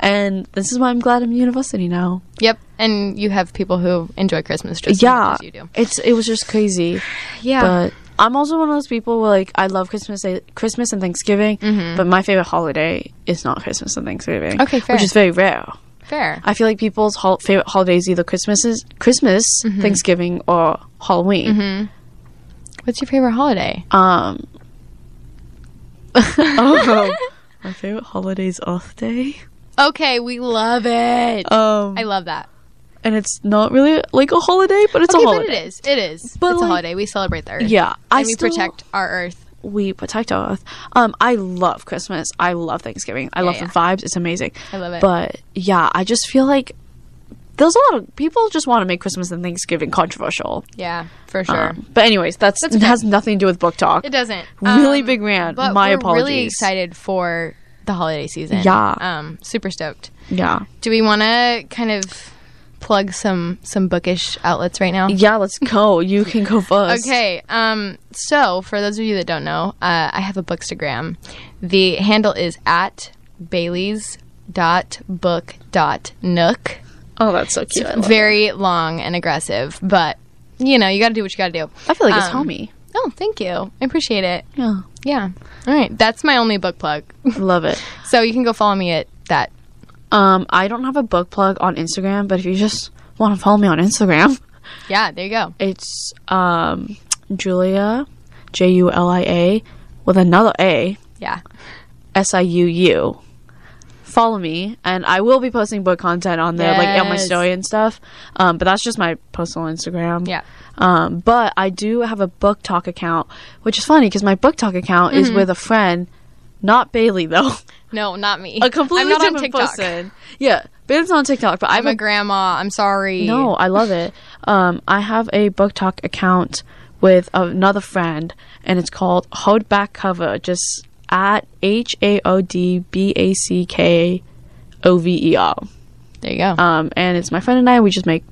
B: and this is why I'm glad I'm in university now.
A: Yep. And you have people who enjoy Christmas just as
B: yeah.
A: much as you do.
B: It's it was just crazy.
A: Yeah.
B: But I'm also one of those people where like I love Christmas Christmas and Thanksgiving, but my favorite holiday is not Christmas and Thanksgiving.
A: Mm-hmm. Okay, fair.
B: Which is very rare.
A: Fair.
B: I feel like people's hol- favorite holidays either Christmas, is Christmas,
A: Mm-hmm.
B: Thanksgiving, or Halloween.
A: What's your favorite holiday?
B: Um. oh, my favorite holiday's off day.
A: Okay, we love it.
B: Um,
A: I love that.
B: and it's not really like a holiday, but it's
A: okay,
B: a holiday.
A: but it is. It is.
B: But,
A: it's
B: like-
A: a holiday. We celebrate the earth.
B: Yeah, I
A: And we
B: still-
A: protect our earth.
B: We protect our earth. Um, I love Christmas. I love Thanksgiving. I love
A: yeah.
B: the vibes. It's amazing.
A: I love it.
B: But yeah, I just feel like there's a lot of people just want to make Christmas and Thanksgiving controversial.
A: Yeah, for sure.
B: Um, but anyways, that's,
A: okay.
B: has nothing to do with book talk.
A: It doesn't. um,
B: Really big rant.
A: But we're
B: My
A: Really
B: apologies.
A: excited for the holiday season.
B: Yeah.
A: Um, super stoked.
B: Yeah.
A: Do we want to kind of plug some some bookish outlets right now?
B: Yeah, let's go. You can go first.
A: Okay. Um, so for those of you that don't know, uh, I have a bookstagram. The handle is at Bailey's dot book dot nook.
B: Oh, that's so cute. I, love
A: Very long and aggressive, but you know you got to do what you got to do.
B: it. I feel like it's
A: um,
B: homey.
A: Oh, thank you. I appreciate it.
B: Yeah.
A: Yeah. All right. That's my only book plug.
B: Love it.
A: so you can go follow me at that.
B: Um, I don't have a book plug on Instagram, but if you just want to follow me on Instagram,
A: Yeah, there you go.
B: it's um, Julia, J U L I A, with another A,
A: Yeah.
B: S I U U. Follow me, and I will be posting book content on there, like on my
A: Yes.
B: story and stuff. Um, but that's just my personal Instagram.
A: Yeah.
B: Um, but I do have a book talk account, which is funny because my book talk account
A: Mm-hmm.
B: is with a friend, not Bailey though.
A: No, not me.
B: a completely
A: I'm not
B: different
A: on TikTok.
B: person. Yeah, Bailey's not on TikTok, but I'm
A: I'm a grandma. I'm sorry.
B: no, I love it. Um, I have a book talk account with another friend, and it's called Hold Back Cover, just at H A O D B A C K O V E R.
A: There you go.
B: Um, and it's my friend and I. We just make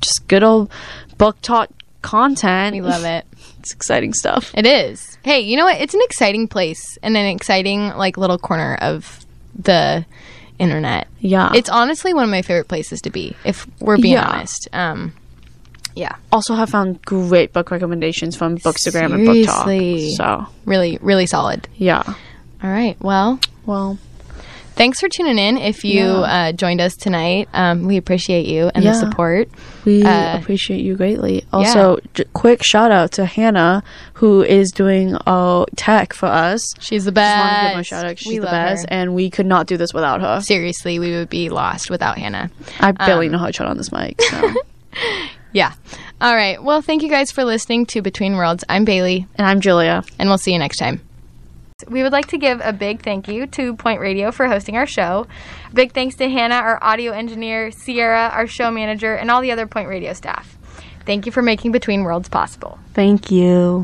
B: just good old book talk content.
A: we love it.
B: It's exciting stuff.
A: It is. Hey, you know what? It's an exciting place and an exciting like little corner of the internet.
B: Yeah.
A: It's honestly one of my favorite places to be, if we're being
B: Yeah.
A: honest. Um yeah.
B: also have found great book recommendations from Bookstagram
A: Seriously.
B: and Book Talk. So
A: Really, really solid.
B: yeah.
A: All right. Well,
B: Well,
A: thanks for tuning in. If you uh, joined us tonight, um, we appreciate you and the
B: Yeah.
A: support.
B: we
A: Uh,
B: appreciate you greatly. Also, j- quick shout out to Hannah who is doing uh, tech for us.
A: She's the
B: Just wanted to give
A: best.
B: her a shout out. She's
A: we
B: the
A: love
B: best,
A: her.
B: and we could not do this without her.
A: Seriously, we would be lost without Hannah.
B: I barely know how to turn on this mic. So.
A: Yeah. All right. Well, thank you guys for listening to Between Worlds. I'm Bailey,
B: And I'm Julia.
A: and we'll see you next time. We would like to give a big thank you to Point Radio for hosting our show. Big thanks to Hannah, our audio engineer, Sierra, our show manager, and all the other Point Radio staff. Thank you for making Between Worlds possible.
B: Thank you.